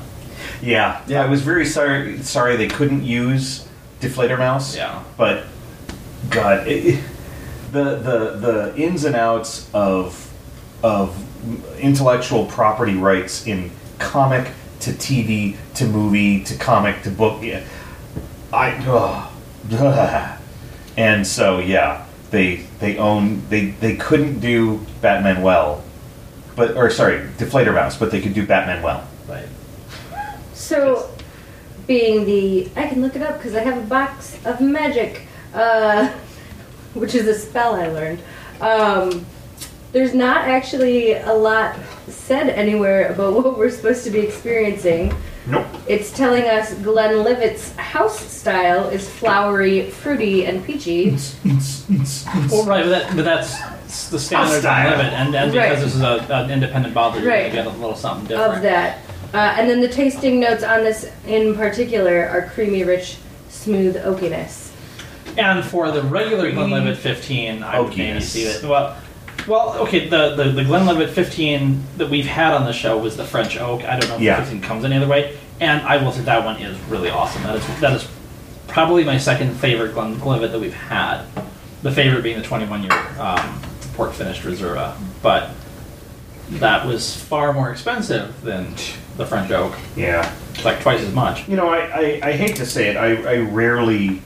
[SPEAKER 1] Yeah,
[SPEAKER 5] Yeah.
[SPEAKER 1] I was very sorry. Sorry they couldn't use Deflator Mouse.
[SPEAKER 4] Yeah.
[SPEAKER 1] but God, it, it- the the the ins and outs of of intellectual property rights in comic to TV to movie to comic to book. Yeah, I. ugh. and so yeah, they they own they they couldn't do Batman well, but or sorry, Deflator Mouse, but they could do Batman well.
[SPEAKER 4] Right.
[SPEAKER 2] So, being the, I can look it up because I have a box of magic, uh, which is a spell I learned. Um, there's not actually a lot said anywhere about what we're supposed to be experiencing.
[SPEAKER 1] Nope.
[SPEAKER 2] It's telling us Glenlivet's house style is flowery, fruity, and peachy.
[SPEAKER 4] Well, right, but, that, but that's s- the standard
[SPEAKER 1] Hostile.
[SPEAKER 4] limit, and, and
[SPEAKER 2] Right.
[SPEAKER 4] because this is a, an independent bottle, you're
[SPEAKER 2] Right.
[SPEAKER 4] going to get a little something different.
[SPEAKER 2] of that. Uh, and then the tasting notes on this in particular are creamy, rich, smooth oakiness.
[SPEAKER 4] And for the regular Glenlivet 15, I would maybe
[SPEAKER 1] Oakiness.
[SPEAKER 4] see it. Well, well, okay. The, the the Glenlivet 15 that we've had on the show was the French oak. I don't know if
[SPEAKER 1] Yeah.
[SPEAKER 4] the 15 comes any other way. And I will say that one is really awesome. That is that is probably my second favorite Glen, Glenlivet that we've had. The favorite being the 21 year um, port finished Reserva, but that was far more expensive than the French oak,
[SPEAKER 1] Yeah.
[SPEAKER 4] like twice as much.
[SPEAKER 1] You know, I, I, I hate to say it, I, I rarely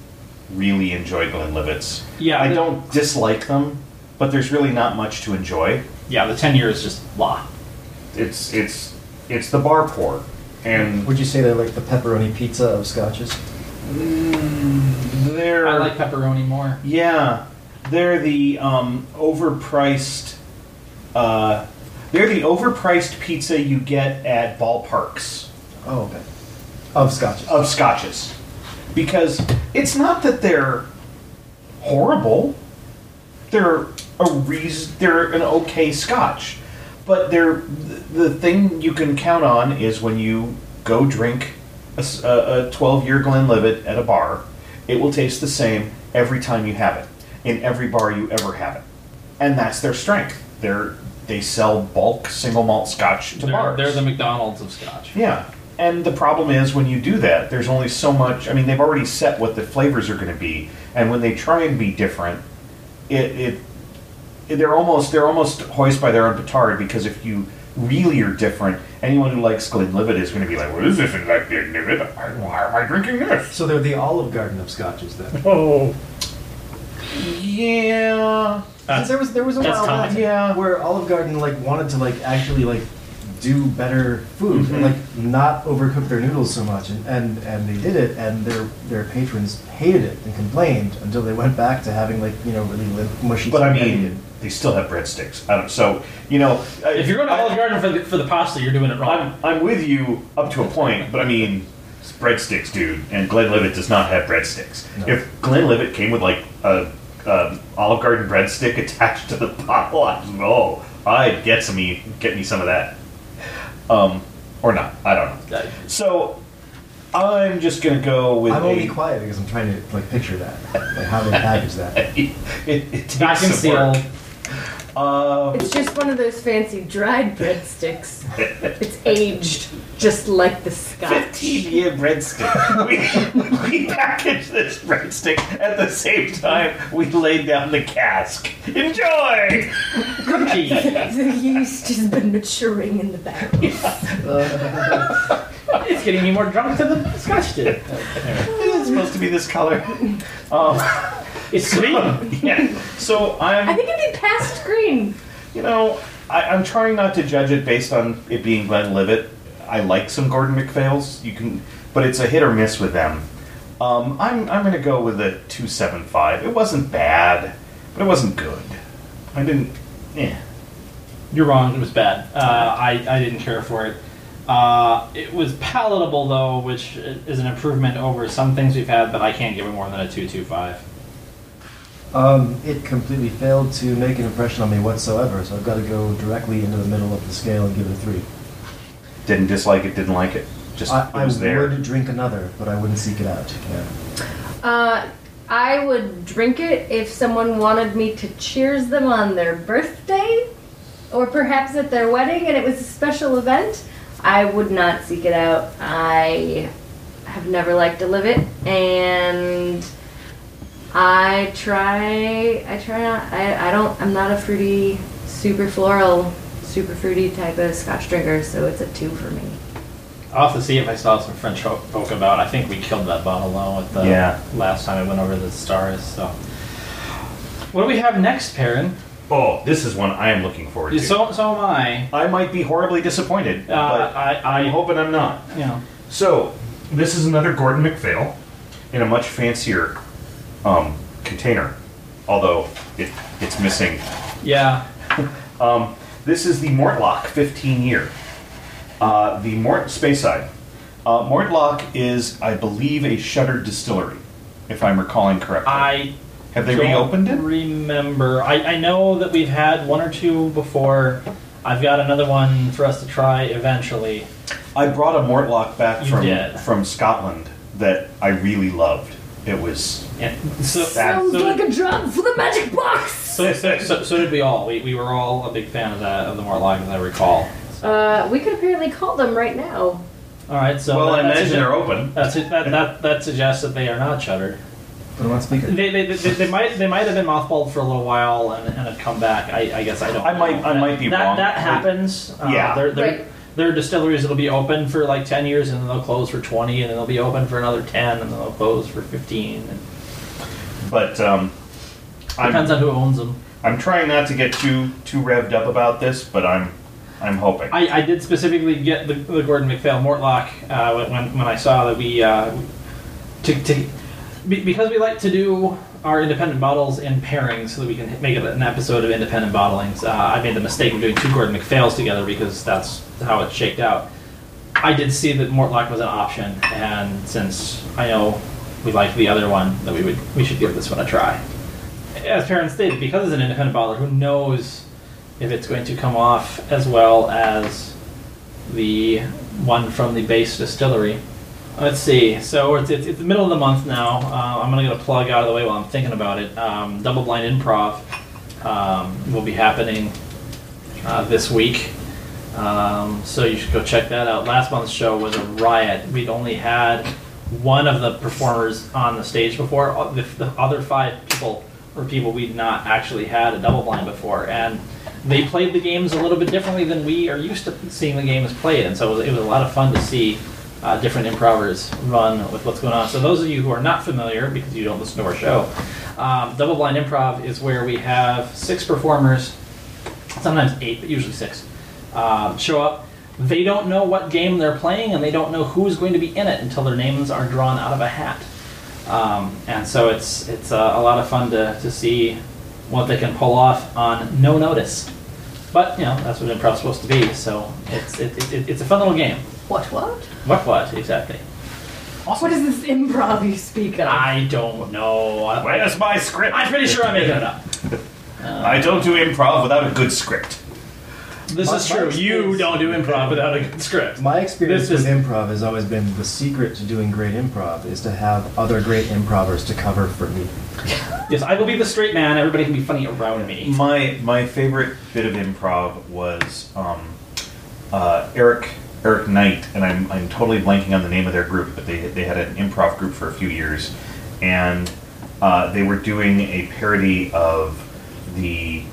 [SPEAKER 1] really enjoy Glenlivets.
[SPEAKER 4] Yeah,
[SPEAKER 1] I
[SPEAKER 4] the-
[SPEAKER 1] don't dislike them, but there's really not much to enjoy.
[SPEAKER 4] Yeah, the 10 year is just blah.
[SPEAKER 1] It's it's it's the bar pour, and
[SPEAKER 5] Would you say they're like the pepperoni pizza of scotches?
[SPEAKER 1] they're
[SPEAKER 4] I like pepperoni more.
[SPEAKER 1] yeah, they're the um, overpriced. Uh, they're the overpriced pizza you get at ballparks.
[SPEAKER 5] Oh, okay. Of scotches.
[SPEAKER 6] Oh,
[SPEAKER 1] of scotches because it's not that they're horrible. They're a reason. They're an okay Scotch, but they're the thing you can count on is when you go drink a s- a, a 12-year Glenlivet at a bar, it will taste the same every time you have it in every bar you ever have it, and that's their strength. They're they sell bulk single malt Scotch to
[SPEAKER 4] They're,
[SPEAKER 1] bars.
[SPEAKER 4] they're the McDonald's of Scotch.
[SPEAKER 1] Yeah. And the problem is when you do that, there's only so much. I mean, they've already set what the flavors are going to be, and when they try and be different, it, it they're almost they're almost hoist by their own petard because if you really are different, anyone who likes Glenlivet is going to be like, "Well, this isn't like Glenlivet. I- Why am I drinking this?"
[SPEAKER 6] So they're the Olive Garden of scotches then.
[SPEAKER 4] Oh.
[SPEAKER 1] Yeah,
[SPEAKER 5] Because there was there was a
[SPEAKER 4] That's
[SPEAKER 5] while back,
[SPEAKER 4] common.
[SPEAKER 5] yeah, where Olive Garden like wanted to like actually like do better food
[SPEAKER 6] Mm-hmm.
[SPEAKER 5] and like not overcook their noodles so much, and, and and they did it, and their their patrons hated it and complained until they went back to having like you know really limp, mushy.
[SPEAKER 1] but I
[SPEAKER 5] spaghetti.
[SPEAKER 1] mean, they still have breadsticks. I don't. So you know,
[SPEAKER 4] If you're going to
[SPEAKER 1] I-
[SPEAKER 4] Olive Garden for the, for the pasta, you're doing it wrong.
[SPEAKER 1] I'm, I'm with you up to a point, but I mean, it's breadsticks, dude. And Glenlivet does not have breadsticks.
[SPEAKER 5] No.
[SPEAKER 1] If Glenlivet came with like a, a Olive Garden breadstick attached to the bottle, I would oh, I'd get some me get me some of that, um, or not. I don't know.
[SPEAKER 4] Uh,
[SPEAKER 1] So I'm just gonna go with
[SPEAKER 5] I'm
[SPEAKER 1] a-
[SPEAKER 5] only quiet because I'm trying to like picture that, like how they package that.
[SPEAKER 1] it, it, it takes
[SPEAKER 4] Back
[SPEAKER 1] some
[SPEAKER 4] and seal.
[SPEAKER 1] work. Uh,
[SPEAKER 3] It's just one of those fancy dried breadsticks. it's aged just like the scotch.
[SPEAKER 1] 15 year breadstick. We, we packaged this breadstick at the same time we laid down the cask. Enjoy!
[SPEAKER 4] Cookie.
[SPEAKER 3] the yeast has been maturing in the barrel.
[SPEAKER 4] It's getting me more drunk than the Scotch did.
[SPEAKER 1] It's supposed to be this color. Um,
[SPEAKER 4] It's sweet.
[SPEAKER 1] yeah. So
[SPEAKER 3] I
[SPEAKER 1] I'm,
[SPEAKER 3] think it'd be past green.
[SPEAKER 1] you know, I, I'm trying not to judge it based on it being Glenlivet. I like some Gordon McPhails. You can, but it's a hit or miss with them. Um, I'm I'm gonna go with a two seven five. It wasn't bad, but it wasn't good. I didn't. eh. Yeah.
[SPEAKER 4] You're wrong. It was bad. Uh, I, I didn't care for it. Uh, it was palatable though, which is an improvement over some things we've had, but I can't give it more than a two two five.
[SPEAKER 5] Um, it completely failed to make an impression on me whatsoever, so I've got to go directly into the middle of the scale and give it a three.
[SPEAKER 1] Didn't dislike it, didn't like it. Just
[SPEAKER 5] I,
[SPEAKER 1] it
[SPEAKER 5] I
[SPEAKER 1] was there.
[SPEAKER 5] would drink another, but I wouldn't seek it out. Yeah.
[SPEAKER 2] Uh, I would drink it if someone wanted me to cheers them on their birthday or perhaps at their wedding and it was a special event. I would not seek it out. I have never liked to live it and I try I try not I, I don't I'm not a fruity super floral super fruity type of scotch drinker so it's a 2 for me.
[SPEAKER 4] I'll have to see if I still have some French ho- folk about. I think we killed that bottle though at the
[SPEAKER 1] Yeah.
[SPEAKER 4] last time I went over the stars. So, what do we have next, Perrin?
[SPEAKER 1] Oh, this is one I am looking forward to.
[SPEAKER 4] So so am I.
[SPEAKER 1] I might be horribly disappointed,
[SPEAKER 4] Uh,
[SPEAKER 1] but
[SPEAKER 4] I-
[SPEAKER 1] I'm
[SPEAKER 4] I-
[SPEAKER 1] hoping I'm not.
[SPEAKER 4] You know,
[SPEAKER 1] So, this is another Gordon MacPhail in a much fancier um, container, although it, it's missing.
[SPEAKER 4] yeah.
[SPEAKER 1] Um, this is the Mortlock 15 year. Uh, the Mort Space Side. Uh, Mortlock is, I believe, a shuttered distillery, if I'm recalling correctly.
[SPEAKER 4] I
[SPEAKER 1] Have they
[SPEAKER 4] don't
[SPEAKER 1] reopened it?
[SPEAKER 4] Remember, I, I know that we've had one or two before. I've got another one for us to try eventually.
[SPEAKER 1] I brought a Mortlock back
[SPEAKER 4] You
[SPEAKER 1] from
[SPEAKER 4] did.
[SPEAKER 1] from Scotland that I really loved. It was
[SPEAKER 4] Yeah. So,
[SPEAKER 1] That-
[SPEAKER 2] Sounds
[SPEAKER 4] so-
[SPEAKER 2] like a drop for the magic box.
[SPEAKER 4] so, so, so, so did we all. We, we were all a big fan of that of the Mortlock, as I recall.
[SPEAKER 2] Uh, we could apparently call them right now.
[SPEAKER 4] All right. So
[SPEAKER 1] well.
[SPEAKER 4] that,
[SPEAKER 1] I
[SPEAKER 4] that
[SPEAKER 1] imagine
[SPEAKER 4] sugge-
[SPEAKER 1] they're open.
[SPEAKER 4] that's it, that, that that suggests that they are not shuttered.
[SPEAKER 5] Put it on speaker.
[SPEAKER 4] They, they, they, they might they might have been mothballed for a little while and, and have come back. I, I guess I don't.
[SPEAKER 1] I might-
[SPEAKER 4] know.
[SPEAKER 1] I might be
[SPEAKER 4] that,
[SPEAKER 1] wrong.
[SPEAKER 4] That happens. Uh,
[SPEAKER 1] Yeah.
[SPEAKER 4] There, there,
[SPEAKER 2] Right.
[SPEAKER 4] there are distilleries that'll be open for like ten years and then they'll close for twenty and then they'll be open for another ten and then they'll close for fifteen. And
[SPEAKER 1] But um,
[SPEAKER 4] depends
[SPEAKER 1] I'm,
[SPEAKER 4] on who owns them.
[SPEAKER 1] I'm trying not to get too too revved up about this, but I'm I'm hoping.
[SPEAKER 4] I, I did specifically get the, the Gordon MacPhail Mortlock uh, when- when, when I saw that we uh, to, to be- because we like to do our independent bottles in pairings so that we can make it an episode of independent bottlings. Uh, I made the mistake of doing two Gordon MacPhails together because that's how it shaked out. I did see that Mortlock was an option, and since I know we liked the other one, that we would we should give this one a try. as parents stated, because it's an independent bottler, who knows if it's going to come off as well as the one from the base distillery. Let's see. So it's, it's, it's the middle of the month now. Uh, I'm going to get a plug out of the way while I'm thinking about it. Um, Double Blind Improv um, will be happening uh, this week. Um, so you should go check that out. Last month's show was a riot. We'd only had one of the performers on the stage before. O- The, the other five people were people we'd not actually had a double blind before, and they played the games a little bit differently than we are used to seeing the games played. And so it was, it was a lot of fun to see uh, different improvers run with what's going on. So those of you who are not familiar, because you don't listen to our show, um, double blind improv is where we have six performers sometimes eight, but usually six, um, show up. They don't know what game they're playing, and they don't know who's going to be in it until their names are drawn out of a hat. Um, and so it's it's uh, a lot of fun to, to see what they can pull off on no notice. But you know that's what improv's supposed to be. So it's it, it, it, it's a fun little game.
[SPEAKER 3] What, what?
[SPEAKER 4] What what exactly?
[SPEAKER 3] What is this improv you speak of?
[SPEAKER 4] I don't know. I,
[SPEAKER 1] Where's my script?
[SPEAKER 4] I'm pretty sure I'm making it up.
[SPEAKER 1] I don't do improv without a good script.
[SPEAKER 4] This is true. You don't do improv without a good script.
[SPEAKER 5] My experience
[SPEAKER 4] This is-
[SPEAKER 5] with improv has always been the secret to doing great improv is to have other great improvers to cover for me.
[SPEAKER 4] Yes, I will be the straight man. Everybody can be funny around me.
[SPEAKER 1] My my favorite bit of improv was um, uh, Eric Eric Knight, and I'm, I'm totally blanking on the name of their group, but they they had an improv group for a few years, and uh, they were doing a parody of the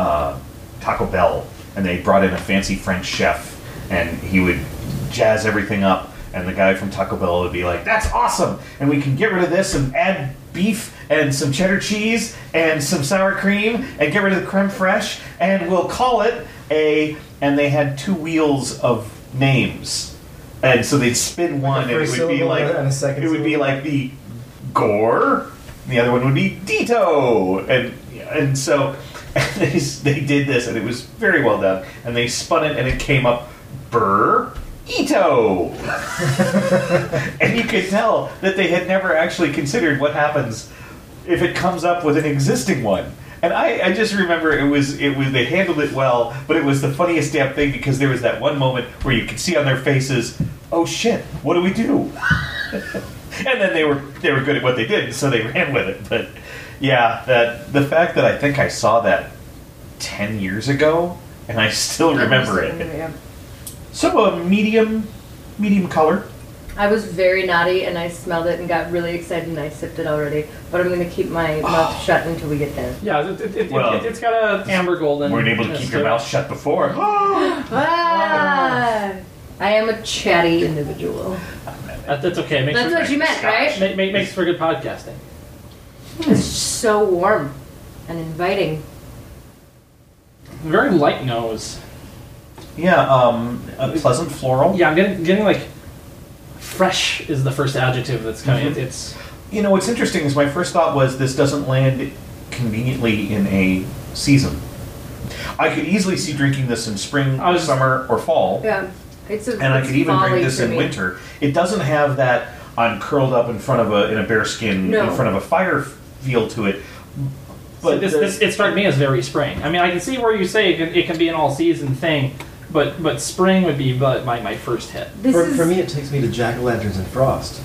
[SPEAKER 1] uh, Taco Bell, and they brought in a fancy French chef, and he would jazz everything up, and the guy from Taco Bell would be like, "That's awesome, and we can get rid of this and add beef and some cheddar cheese and some sour cream and get rid of the creme fraiche, and we'll call it a." And they had two wheels of names, and so they'd spin one, and
[SPEAKER 5] first
[SPEAKER 1] it would be
[SPEAKER 5] syllable
[SPEAKER 1] like
[SPEAKER 5] and a second
[SPEAKER 1] it would be
[SPEAKER 5] syllable.
[SPEAKER 1] like the Gore. and The other one would be Dito, and and so they s- they did this, and it was very well done. And they spun it, and it came up Burr Ito, and you could tell that they had never actually considered what happens if it comes up with an existing one. And I, I just remember it was it was they handled it well, but it was the funniest damn thing because there was that one moment where you could see on their faces, oh shit, what do we do? and then they were they were good at what they did, so they ran with it. But yeah, that the fact that I think I saw that ten years ago, and I still remember it.
[SPEAKER 3] Yeah.
[SPEAKER 1] So a medium, medium color.
[SPEAKER 3] I was very naughty and I smelled it and got really excited and I sipped it already. But I'm going to keep my mouth shut until we get there.
[SPEAKER 4] Yeah, it, it, it,
[SPEAKER 1] Well,
[SPEAKER 4] it, it's got a amber golden.
[SPEAKER 1] weren't able to
[SPEAKER 4] ness
[SPEAKER 1] keep
[SPEAKER 4] to
[SPEAKER 1] your
[SPEAKER 4] it.
[SPEAKER 1] mouth shut before.
[SPEAKER 3] Ah! I am a chatty individual.
[SPEAKER 4] That, that's okay. Makes
[SPEAKER 3] That's
[SPEAKER 4] for,
[SPEAKER 3] what you meant, right?
[SPEAKER 4] make, make, makes for good podcasting.
[SPEAKER 3] It's so warm and inviting.
[SPEAKER 4] Very light nose.
[SPEAKER 1] Yeah, um, a pleasant floral.
[SPEAKER 4] Yeah, I'm getting getting like fresh is the first adjective that's coming. It, it's
[SPEAKER 1] You know what's interesting is my first thought was this doesn't land conveniently in a season. I could easily see drinking this in spring,
[SPEAKER 4] I was-
[SPEAKER 1] summer, or fall.
[SPEAKER 3] Yeah. It's a,
[SPEAKER 1] and I
[SPEAKER 3] it's
[SPEAKER 1] could even
[SPEAKER 3] folly
[SPEAKER 1] drink this
[SPEAKER 3] for
[SPEAKER 1] in
[SPEAKER 3] me.
[SPEAKER 1] winter. It doesn't have that I'm curled up in front of a in a bearskin
[SPEAKER 3] No.
[SPEAKER 1] in front of a fire feel to it. But
[SPEAKER 4] but this,
[SPEAKER 1] the-
[SPEAKER 4] this it struck me as very spring. I mean, I can see where you say it can, it can be an all season thing, but but spring would be my my, my first hit.
[SPEAKER 3] This
[SPEAKER 5] for,
[SPEAKER 3] is,
[SPEAKER 5] for me, it takes me to jack o' lanterns and frost.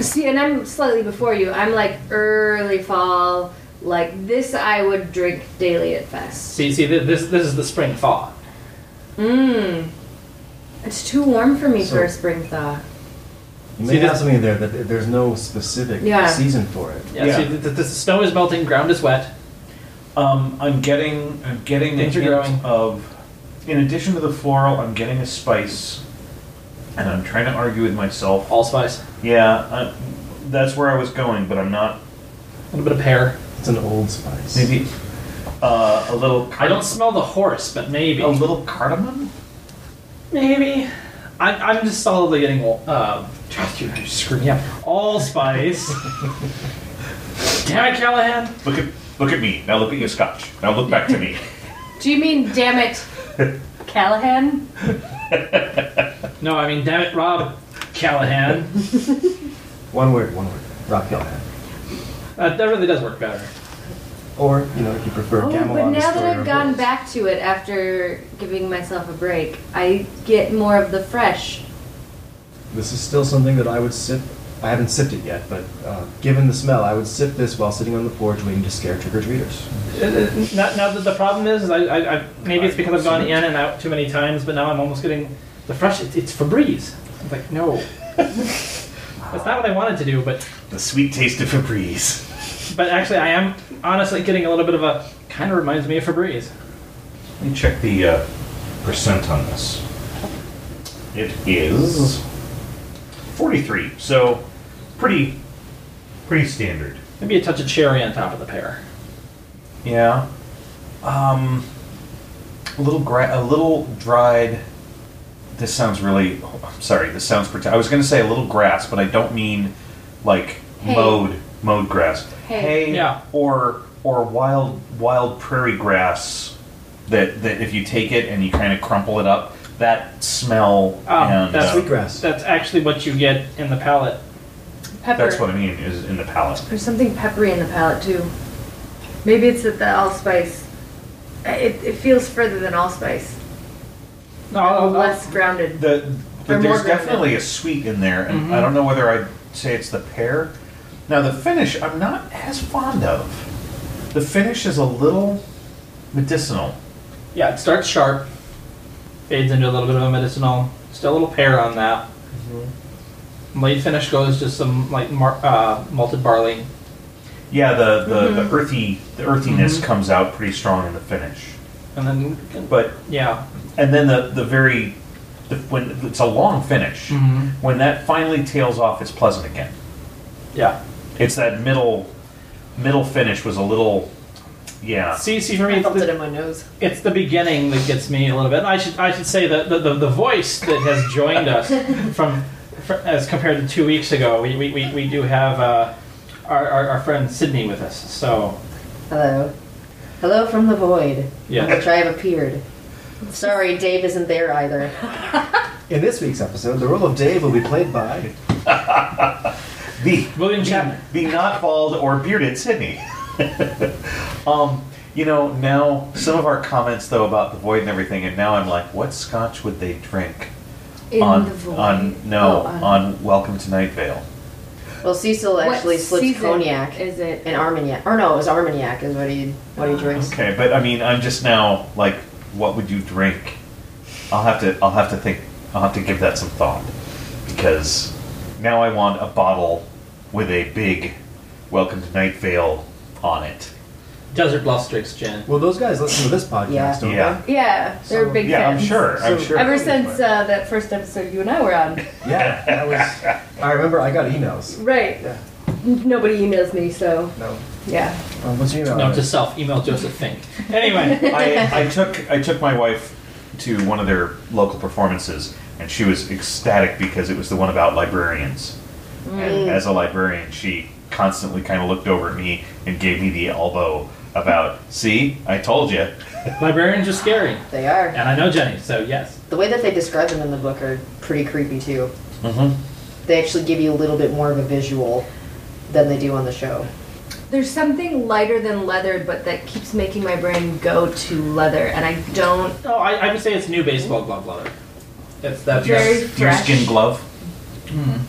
[SPEAKER 3] See, and I'm slightly before you. I'm like early fall. Like this, I would drink daily at fest.
[SPEAKER 4] See see th- this this is the spring thaw.
[SPEAKER 3] Mmm. It's too warm for me
[SPEAKER 5] So-
[SPEAKER 3] for a spring thaw.
[SPEAKER 4] See,
[SPEAKER 5] You may
[SPEAKER 4] this-
[SPEAKER 5] have something there that there's no specific
[SPEAKER 3] Yeah.
[SPEAKER 5] season for it.
[SPEAKER 4] Yeah,
[SPEAKER 1] Yeah.
[SPEAKER 4] See, the, the, the snow is melting, ground is wet.
[SPEAKER 1] um, I'm getting I'm getting a
[SPEAKER 4] Things are
[SPEAKER 1] hint
[SPEAKER 4] growing.
[SPEAKER 1] of in addition to the floral, I'm getting a spice, and I'm trying to argue with myself.
[SPEAKER 4] Allspice,
[SPEAKER 1] Yeah, I, that's where I was going, but I'm not.
[SPEAKER 4] a little bit of pear.
[SPEAKER 5] It's an old spice.
[SPEAKER 1] Maybe uh, a little.
[SPEAKER 4] I don't smell the horse, but maybe
[SPEAKER 1] A little cardamom.
[SPEAKER 4] Maybe. I, I'm just solidly getting. Um, you're screwing me up. Allspice. Damn it, Callahan.
[SPEAKER 1] Look at look at me. Now look at your scotch. Now look back to me.
[SPEAKER 3] Do you mean, damn it, Callahan?
[SPEAKER 4] No, I mean, damn it, Rob Callahan.
[SPEAKER 5] One word, one word. Rock Hill.
[SPEAKER 4] Uh, that really does work better.
[SPEAKER 5] or you know, if you prefer,
[SPEAKER 3] Oh,
[SPEAKER 5] Gamelon
[SPEAKER 3] but now that
[SPEAKER 5] Destroyer
[SPEAKER 3] I've
[SPEAKER 5] of
[SPEAKER 3] gone
[SPEAKER 5] Worlds.
[SPEAKER 3] back to it after giving myself a break, I get more of the fresh.
[SPEAKER 5] This is still something that I would sip. I haven't sipped it yet, but uh, given the smell, I would sip this while sitting on the porch waiting to scare trick or treaters.
[SPEAKER 4] Uh, uh, Now, now that the problem is, is I, I, I, maybe it's because I've gone in and out too many times, but now I'm almost getting the fresh. It's, it's Febreze. I'm like, no, that's not what I wanted to do. But,
[SPEAKER 1] The sweet taste of Febreze.
[SPEAKER 4] but actually, I am honestly getting a little bit of a kind of reminds me of Febreze.
[SPEAKER 1] Let me check the uh, percent on this. It is 43, so pretty, pretty standard.
[SPEAKER 4] Maybe a touch of cherry on top of the pear.
[SPEAKER 1] Yeah. Um, a little gra- a little dried. This sounds really. I'm sorry. This sounds. Pret- I was going to say a little grass, but I don't mean like
[SPEAKER 3] Hay.
[SPEAKER 1] mowed mowed grass.
[SPEAKER 3] Hay.
[SPEAKER 4] Yeah.
[SPEAKER 1] Or or wild wild prairie grass that that if you take it and you kind of crumple it up, that smell
[SPEAKER 4] Ah,
[SPEAKER 1] and
[SPEAKER 4] that's
[SPEAKER 1] uh,
[SPEAKER 5] Sweetgrass.
[SPEAKER 4] That's actually what you get in the palate.
[SPEAKER 2] Pepper.
[SPEAKER 1] that's what I mean is in the palate.
[SPEAKER 2] There's something peppery in the palate too. Maybe it's that the allspice.
[SPEAKER 3] eh,
[SPEAKER 2] It, it feels further than allspice.
[SPEAKER 4] No,
[SPEAKER 1] Oh,
[SPEAKER 4] I'll- I'll-
[SPEAKER 2] less grounded.
[SPEAKER 1] The,
[SPEAKER 2] They're
[SPEAKER 1] but
[SPEAKER 2] more
[SPEAKER 1] there's
[SPEAKER 2] grounded.
[SPEAKER 1] definitely a sweet in there, and I don't know whether I'd say it's the pear. Now, the finish, I'm not as fond of. The finish is a little medicinal.
[SPEAKER 4] yeah, it starts sharp, fades into a little bit of a medicinal, still a little pear on that.
[SPEAKER 2] Mm-hmm.
[SPEAKER 4] Late finish goes to some like mar- uh, malted barley.
[SPEAKER 1] Yeah, the, the, the earthy the earthiness comes out pretty strong in the finish.
[SPEAKER 4] And then,
[SPEAKER 1] But
[SPEAKER 4] yeah,
[SPEAKER 1] and then the the very the, when it's a long finish,
[SPEAKER 4] Mhm.
[SPEAKER 1] when that finally tails off, it's pleasant again.
[SPEAKER 4] yeah.
[SPEAKER 1] It's that middle middle finish was a little yeah.
[SPEAKER 4] See, see, for me,
[SPEAKER 2] I
[SPEAKER 4] it's
[SPEAKER 2] felt it
[SPEAKER 4] the,
[SPEAKER 2] in my nose.
[SPEAKER 4] it's the beginning that gets me a little bit. I should, I should say that the, the, the voice that has joined us from, fr as compared to two weeks ago, we, we, we, we do have uh, our, our, our friend Sydney with us. So,
[SPEAKER 7] Hello. Hello from the void,
[SPEAKER 4] yeah,
[SPEAKER 7] which I have appeared. Sorry, Dave isn't there either.
[SPEAKER 5] In this week's episode, the role of Dave will be played by
[SPEAKER 1] The
[SPEAKER 4] William Chapman.
[SPEAKER 1] the not bald or bearded Sydney. um, you know, now some of our comments though about the void and everything, and now I'm like, what scotch would they drink
[SPEAKER 3] In
[SPEAKER 1] on
[SPEAKER 3] the void.
[SPEAKER 1] on no
[SPEAKER 7] Oh, on-
[SPEAKER 1] on Welcome to Night Vale?
[SPEAKER 7] Well, Cecil
[SPEAKER 3] What
[SPEAKER 7] actually slips
[SPEAKER 3] season
[SPEAKER 7] cognac
[SPEAKER 3] Is it? Oh.
[SPEAKER 7] and Armagnac. Or no, it was Armagnac is what he what he drinks.
[SPEAKER 1] Okay, but I mean, I'm just now like, what would you drink? I'll have to I'll have to think I'll have to give that some thought because now I want a bottle with a big Welcome to Night Vale on it.
[SPEAKER 4] Mm. Desert Blustrix Gin.
[SPEAKER 5] well, those guys listen to this podcast,
[SPEAKER 7] Yeah.
[SPEAKER 5] don't
[SPEAKER 1] Yeah.
[SPEAKER 3] Yeah, they're
[SPEAKER 5] So-
[SPEAKER 3] big
[SPEAKER 1] yeah,
[SPEAKER 3] fans.
[SPEAKER 1] I'm sure. I'm
[SPEAKER 5] So-
[SPEAKER 1] sure.
[SPEAKER 3] Ever since uh, that first episode you and I were on,
[SPEAKER 5] they? Yeah, that was. I remember I got emails.
[SPEAKER 3] right?
[SPEAKER 5] Yeah.
[SPEAKER 3] Nobody emails me, so
[SPEAKER 5] No,
[SPEAKER 3] yeah.
[SPEAKER 5] um, what's your email?
[SPEAKER 4] Note to
[SPEAKER 5] address?
[SPEAKER 4] self: email Joseph Fink. Anyway,
[SPEAKER 1] I, I took I took my wife to one of their local performances, and she was ecstatic because it was the one about librarians. And as a librarian, she constantly kind of looked over at me and gave me the elbow about, "See, I told you."
[SPEAKER 4] librarians are scary,
[SPEAKER 7] They are.
[SPEAKER 4] and I know Jenny, so yes.
[SPEAKER 7] The way that they describe them in the book are pretty creepy too.
[SPEAKER 1] Mm-hmm.
[SPEAKER 7] They actually give you a little bit more of a visual than they do on the show.
[SPEAKER 3] There's something lighter than leather, but that keeps making my brain go to leather, and I don't.
[SPEAKER 4] No, I, I would say it's new baseball glove leather. It's that.
[SPEAKER 3] Very
[SPEAKER 4] that's-
[SPEAKER 3] fresh.
[SPEAKER 1] Deerskin glove.
[SPEAKER 4] Mm.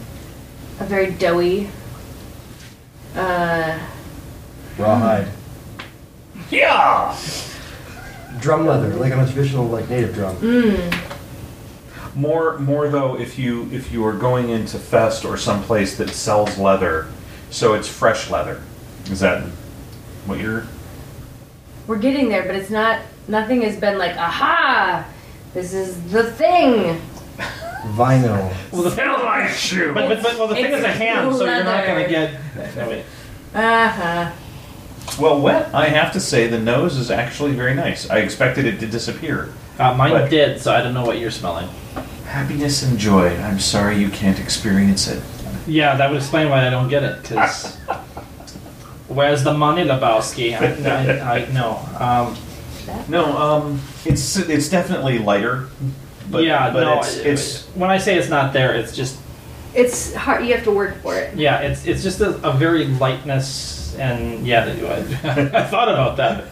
[SPEAKER 3] A very doughy. Uh,
[SPEAKER 5] Rawhide,
[SPEAKER 1] Yeah.
[SPEAKER 5] drum leather, like on a traditional like native drum.
[SPEAKER 1] More more though, if you if you are going into Fest or someplace that sells leather, so it's fresh leather. Is that what you're?
[SPEAKER 3] we're getting there, but it's not. Nothing has been like, aha, this is the thing.
[SPEAKER 5] Vinyl.
[SPEAKER 4] Well, the
[SPEAKER 1] Fill my shoe.
[SPEAKER 4] But, but, but well, the thing
[SPEAKER 3] It's
[SPEAKER 4] is a ham, so you're not
[SPEAKER 3] leather.
[SPEAKER 4] gonna get. No, wait.
[SPEAKER 3] Uh huh.
[SPEAKER 1] Well, wet. I have to say the nose is actually very nice. I expected it to disappear.
[SPEAKER 4] Uh, mine
[SPEAKER 1] But-
[SPEAKER 4] did, so I don't know what you're smelling.
[SPEAKER 1] Happiness and joy. I'm sorry you can't experience it.
[SPEAKER 4] Yeah, that would explain why I don't get it. Cause where's the money, Lebowski? I, I, I no. Um,
[SPEAKER 1] No, um, it's it's definitely lighter. But,
[SPEAKER 4] yeah,
[SPEAKER 1] but
[SPEAKER 4] no.
[SPEAKER 1] it's,
[SPEAKER 4] it-
[SPEAKER 1] it's
[SPEAKER 4] when I say it's not there, it's just
[SPEAKER 2] It's hard. You have to work for it.
[SPEAKER 4] Yeah, it's it's just a, a very lightness and yeah, I, I thought about that.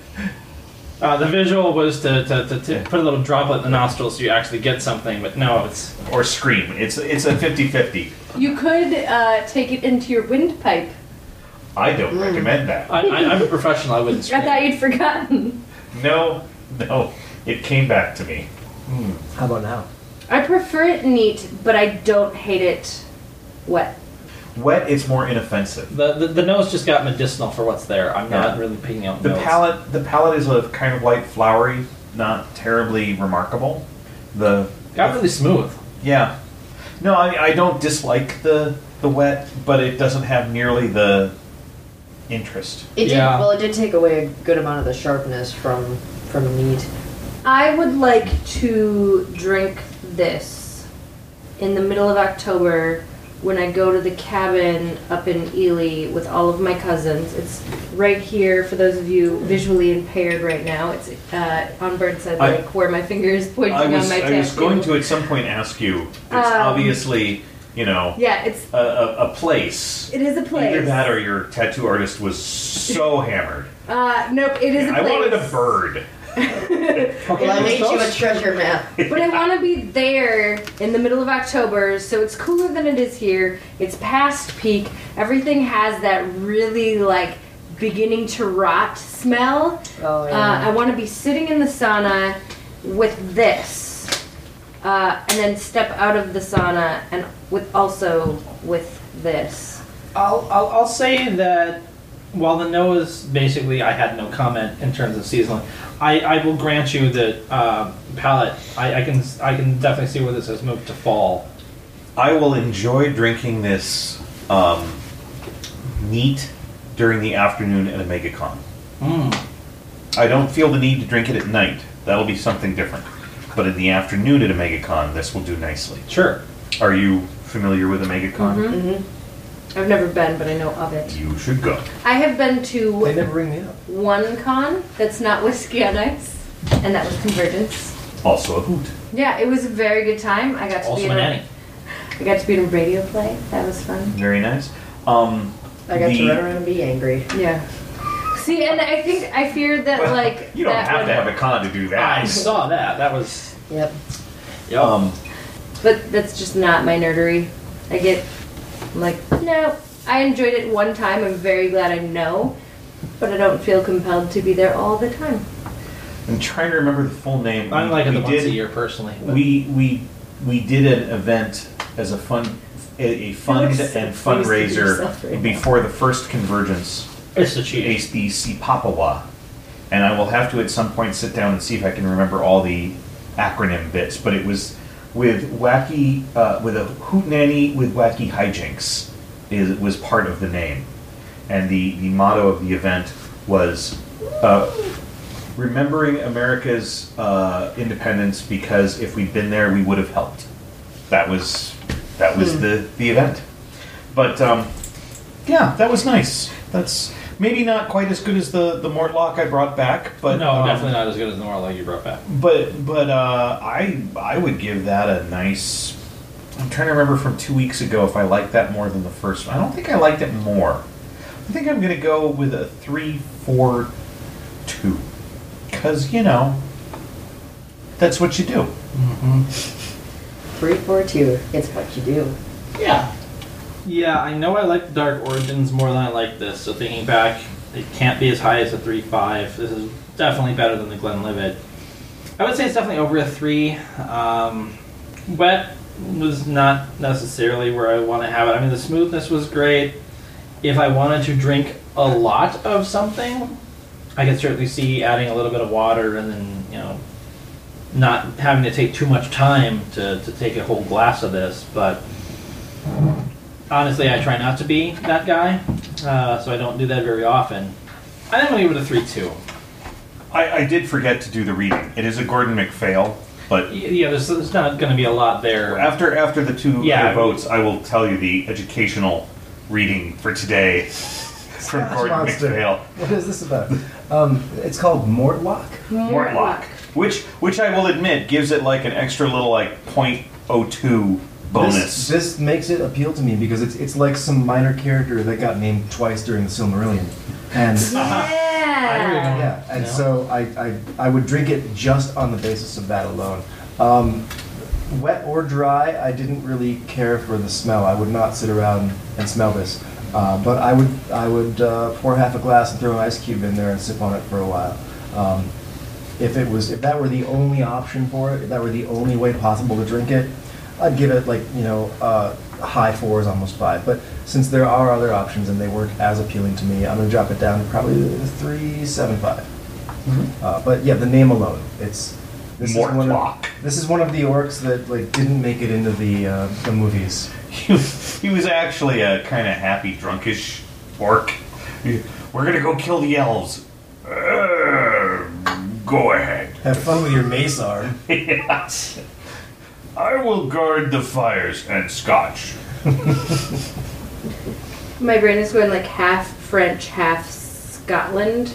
[SPEAKER 4] Uh, the visual was to, to, to, to put a little droplet in the nostril so you actually get something, but no, it's
[SPEAKER 1] Or scream. It's it's a 50-50.
[SPEAKER 2] You could uh, take it into your windpipe.
[SPEAKER 1] I don't recommend that.
[SPEAKER 4] I, I, I'm a professional. I wouldn't.
[SPEAKER 2] I
[SPEAKER 4] Scream.
[SPEAKER 2] thought you'd forgotten.
[SPEAKER 1] No, no. It came back to me.
[SPEAKER 5] How about now?
[SPEAKER 2] I prefer it neat, but I don't hate it wet.
[SPEAKER 1] Wet, it's more inoffensive.
[SPEAKER 4] The, the the nose just got medicinal for what's there. I'm not really picking out
[SPEAKER 1] The
[SPEAKER 4] notes.
[SPEAKER 1] palette the palette is a kind of light flowery, not terribly remarkable. The
[SPEAKER 4] got really smooth.
[SPEAKER 1] yeah. No, I, I don't dislike the the wet, but it doesn't have nearly the interest.
[SPEAKER 7] It did,
[SPEAKER 4] Yeah.
[SPEAKER 7] well, it did take away a good amount of the sharpness from from meat.
[SPEAKER 2] I would like to drink this in the middle of October when I go to the cabin up in Ely with all of my cousins. It's right here for those of you visually impaired right now. It's uh, on Burnside
[SPEAKER 1] I-
[SPEAKER 2] Lake where my finger is pointing
[SPEAKER 1] I was
[SPEAKER 2] on my
[SPEAKER 1] I was
[SPEAKER 2] tattoo.
[SPEAKER 1] going to at some point ask you. It's
[SPEAKER 2] Um,
[SPEAKER 1] obviously you know
[SPEAKER 2] Yeah, it's
[SPEAKER 1] a, a, a place.
[SPEAKER 2] it is a place.
[SPEAKER 1] Either that or your tattoo artist was so hammered.
[SPEAKER 2] uh, nope, it is a
[SPEAKER 1] I
[SPEAKER 2] place.
[SPEAKER 1] wanted a bird.
[SPEAKER 7] Well, I made you a treasure map.
[SPEAKER 2] But I want to be there in the middle of October, so it's cooler than it is here. It's past peak. Everything has that really like beginning to rot smell.
[SPEAKER 7] Oh,
[SPEAKER 2] Uh,
[SPEAKER 7] yeah.
[SPEAKER 2] I want to be sitting in the sauna with this, uh, and then step out of the sauna and with also with this.
[SPEAKER 4] I'll, I'll, I'll say that while the nose basically I had no comment in terms of seasonal, I, I will grant you that uh, palette I, I can I can definitely see where this has moved to fall.
[SPEAKER 1] I will enjoy drinking this um, neat during the afternoon at a MegaCon.
[SPEAKER 4] Hmm.
[SPEAKER 1] I don't feel the need to drink it at night. That'll be something different. But in the afternoon at a MegaCon, this will do nicely.
[SPEAKER 4] Sure.
[SPEAKER 1] Are you familiar with a MegaCon?
[SPEAKER 2] I've never been, but I know of
[SPEAKER 7] Mm-hmm.
[SPEAKER 2] it.
[SPEAKER 1] You should go.
[SPEAKER 2] I have been
[SPEAKER 5] They
[SPEAKER 2] to
[SPEAKER 5] never ring me up.
[SPEAKER 2] one con that's not whiskey on ice, and that was Convergence.
[SPEAKER 1] Also a hoot.
[SPEAKER 2] Yeah, it was a very good time. I got to
[SPEAKER 4] Also
[SPEAKER 2] be in
[SPEAKER 4] an
[SPEAKER 2] a-
[SPEAKER 4] Annie.
[SPEAKER 2] I got to be in a radio play. That was fun.
[SPEAKER 1] Very nice. Um,
[SPEAKER 7] I got
[SPEAKER 1] the-
[SPEAKER 7] to run around and be angry.
[SPEAKER 2] Yeah. See, and I think I feared that
[SPEAKER 1] Well,
[SPEAKER 2] like
[SPEAKER 1] you don't
[SPEAKER 2] that
[SPEAKER 1] have
[SPEAKER 2] would-
[SPEAKER 1] to have a con to do
[SPEAKER 4] I
[SPEAKER 1] that.
[SPEAKER 4] saw that. That was
[SPEAKER 7] Yep.
[SPEAKER 4] yep.
[SPEAKER 1] Um,
[SPEAKER 2] but that's just not my nerdery. I get I'm like no. I enjoyed it one time. I'm very glad I know, but I don't feel compelled to be there all the time.
[SPEAKER 1] I'm trying to remember the full name.
[SPEAKER 4] I'm
[SPEAKER 1] We-
[SPEAKER 4] like
[SPEAKER 1] we
[SPEAKER 4] in the once
[SPEAKER 1] did-
[SPEAKER 4] a year personally. but-
[SPEAKER 1] We we we did an event as a fund a, a fund
[SPEAKER 2] looks so
[SPEAKER 1] and
[SPEAKER 2] pleased with yourself
[SPEAKER 1] fundraiser
[SPEAKER 2] right now.
[SPEAKER 1] before the first convergence
[SPEAKER 4] it's the cheating.
[SPEAKER 1] HBC Papawa. And I will have to at some point sit down and see if I can remember all the acronym bits, but it was with wacky uh, with a hootenanny with wacky hijinks is was part of the name. And the, the motto of the event was uh, remembering America's uh, independence because if we'd been there, we would have helped. That was that was the the event. But um, yeah, that was nice. That's maybe not quite as good as the the Mortlock I brought back, but
[SPEAKER 4] no,
[SPEAKER 1] um,
[SPEAKER 4] definitely not as good as the Norlock you brought back.
[SPEAKER 1] But but uh, I I would give that a nice. I'm trying to remember from two weeks ago if I liked that more than the first. one. I don't think I liked it more. I think I'm gonna go with a three four two, because you know that's what you do.
[SPEAKER 7] Three, four, two. It's what you do.
[SPEAKER 4] Yeah. Yeah, I know I like the Dark Origins more than I like this, so thinking back, it can't be as high as a 3 5. This is definitely better than the Glenlivet. I would say it's definitely over a 3. Um, wet was not necessarily where I want to have it. I mean, the smoothness was great. If I wanted to drink a lot of something, I could certainly see adding a little bit of water and then, you know, not having to take too much time to, to take a whole glass of this, but honestly, I try not to be that guy, uh, so I don't do that very often. I think I'm gonna give it a three-two.
[SPEAKER 1] I, I did forget to do the reading. It is a Gordon MacPhail, but
[SPEAKER 4] Yeah, there's, there's not gonna be a lot there.
[SPEAKER 1] after after the two
[SPEAKER 4] Yeah.
[SPEAKER 1] other votes, I will tell you the educational reading for today from
[SPEAKER 5] Scotch
[SPEAKER 1] Gordon
[SPEAKER 5] Monster.
[SPEAKER 1] MacPhail.
[SPEAKER 5] What is this about? Um, it's called Mortlock.
[SPEAKER 1] Mortlock, which which I will admit gives it like an extra little like 0.02 bonus.
[SPEAKER 5] This, this makes it appeal to me because it's it's like some minor character that got named twice during the Silmarillion, and
[SPEAKER 8] Yeah.
[SPEAKER 5] yeah, and
[SPEAKER 4] No.
[SPEAKER 5] so I, I I would drink it just on the basis of that alone. Um, wet or dry, I didn't really care for the smell. I would not sit around and smell this, uh, but I would I would uh, pour half a glass and throw an ice cube in there and sip on it for a while. Um, if it was if that were the only option for it, if that were the only way possible to drink it, I'd give it like you know uh, high fours, almost five. But since there are other options and they weren't as appealing to me, I'm gonna drop it down to probably three seven five. Uh, but yeah, the name alone, it's this
[SPEAKER 1] Mort
[SPEAKER 5] is one
[SPEAKER 1] Locke.
[SPEAKER 5] of this is one of the orcs that like didn't make it into the uh, the movies.
[SPEAKER 1] He was, he was actually a kind of happy, drunkish orc. He- We're gonna go kill the elves. "Uh, go ahead.
[SPEAKER 5] Have fun with your Mesar.
[SPEAKER 1] I will guard the fires and scotch.
[SPEAKER 2] My brain is going like half French, half Scotland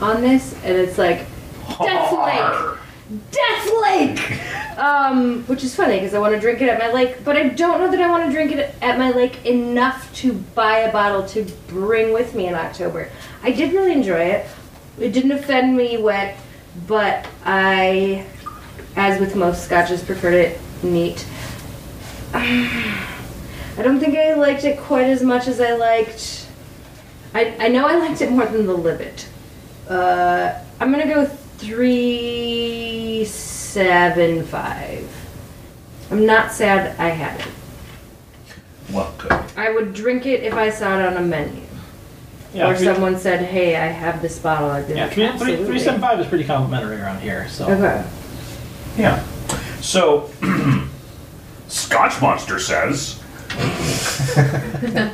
[SPEAKER 2] on this, and it's like Death Lake, Death Lake, um, which is funny because I want to drink it at my lake, but I don't know that I want to drink it at my lake enough to buy a bottle to bring with me in October. I did really enjoy it. It didn't offend me wet, but I, as with most scotches, preferred it neat. I don't think I liked it quite as much as I liked. I, I know I liked it more than the Libbit. Uh, I'm gonna go three seven five. I'm not sad I had it.
[SPEAKER 1] Well, good.
[SPEAKER 2] I would drink it if I saw it on a menu
[SPEAKER 4] Yeah,
[SPEAKER 2] or
[SPEAKER 4] three-
[SPEAKER 2] someone said, "Hey, I have this bottle." I'd be
[SPEAKER 4] yeah,
[SPEAKER 2] like,
[SPEAKER 4] three, three,
[SPEAKER 2] "Absolutely."
[SPEAKER 4] three seven five is pretty complimentary around here. So
[SPEAKER 2] Okay.
[SPEAKER 1] Yeah. So, Scotch Monster says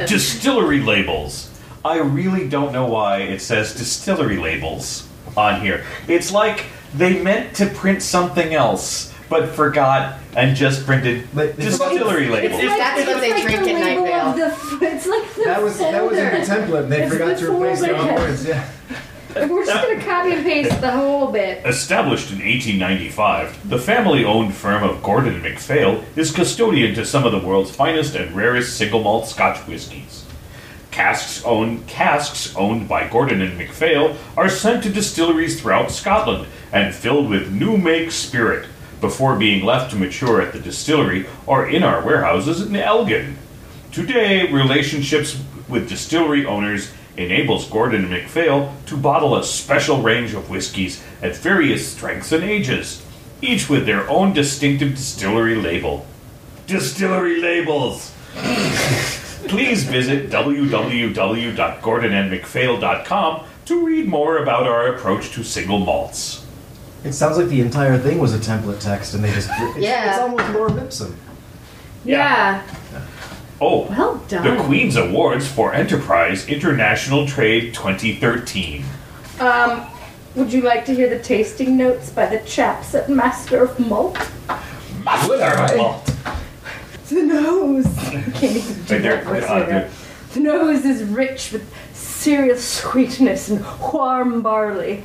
[SPEAKER 1] distillery labels. I really don't know why it says distillery labels on here. It's like they meant to print something else, but forgot and just printed
[SPEAKER 5] But-
[SPEAKER 1] distillery
[SPEAKER 2] It's
[SPEAKER 1] labels.
[SPEAKER 2] like,
[SPEAKER 7] That's
[SPEAKER 2] it's
[SPEAKER 7] what they
[SPEAKER 2] like
[SPEAKER 7] drink
[SPEAKER 2] the
[SPEAKER 7] at night,
[SPEAKER 2] label
[SPEAKER 7] Val.
[SPEAKER 2] of the. f- It's like the
[SPEAKER 5] That was that was in the
[SPEAKER 2] folder.
[SPEAKER 5] template. and They
[SPEAKER 2] It's
[SPEAKER 5] forgot
[SPEAKER 2] the
[SPEAKER 5] to replace their own
[SPEAKER 2] folder.
[SPEAKER 5] words. Yeah.
[SPEAKER 2] We're just gonna copy and paste the whole bit.
[SPEAKER 1] Established in 1895, the family owned firm of Gordon MacPhail is custodian to some of the world's finest and rarest single malt Scotch whiskies. Casks owned, casks owned by Gordon and MacPhail are sent to distilleries throughout Scotland and filled with new make spirit before being left to mature at the distillery or in our warehouses in Elgin. Today, relationships with distillery owners enables Gordon and MacPhail to bottle a special range of whiskies at various strengths and ages, each with their own distinctive distillery label. Distillery labels! Please visit www.gordonandmcphail.com to read more about our approach to single malts.
[SPEAKER 5] It sounds like the entire thing was a template text, and they just it's,
[SPEAKER 7] Yeah.
[SPEAKER 5] it's almost Laura Mipsum.
[SPEAKER 1] Yeah.
[SPEAKER 2] Yeah.
[SPEAKER 1] Oh,
[SPEAKER 2] Well
[SPEAKER 1] the
[SPEAKER 2] done.
[SPEAKER 1] Queen's Awards for Enterprise International Trade 2013.
[SPEAKER 2] Um, would you like to hear the tasting notes by the chaps at Master of Malt?
[SPEAKER 1] Master Malt.
[SPEAKER 2] The nose. I can't even do
[SPEAKER 1] Right there,
[SPEAKER 2] that voice
[SPEAKER 1] uh,
[SPEAKER 2] right now.
[SPEAKER 1] there.
[SPEAKER 2] The nose is rich with serious sweetness and warm barley.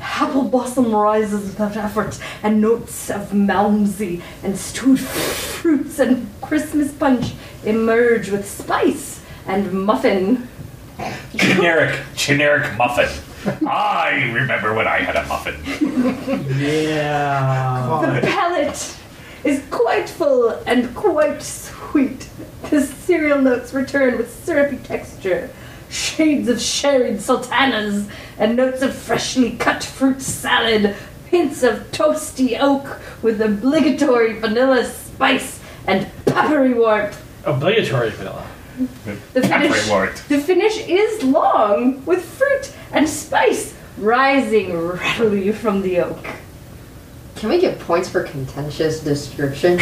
[SPEAKER 2] Apple blossom rises without effort, and notes of malmsey and stewed fruits and Christmas punch emerge with spice and muffin.
[SPEAKER 1] generic, generic muffin. I remember when I had a muffin.
[SPEAKER 4] yeah,
[SPEAKER 5] Come on.
[SPEAKER 2] The palate is quite full and quite sweet. The cereal notes return with syrupy texture, shades of sherried sultanas, and notes of freshly cut fruit salad, hints of toasty oak with obligatory vanilla spice and peppery warmth.
[SPEAKER 4] obligatory vanilla.
[SPEAKER 2] The finish,
[SPEAKER 1] Peppery warmth.
[SPEAKER 2] the finish is long, with fruit and spice rising readily from the oak.
[SPEAKER 7] Can we get points for contentious description?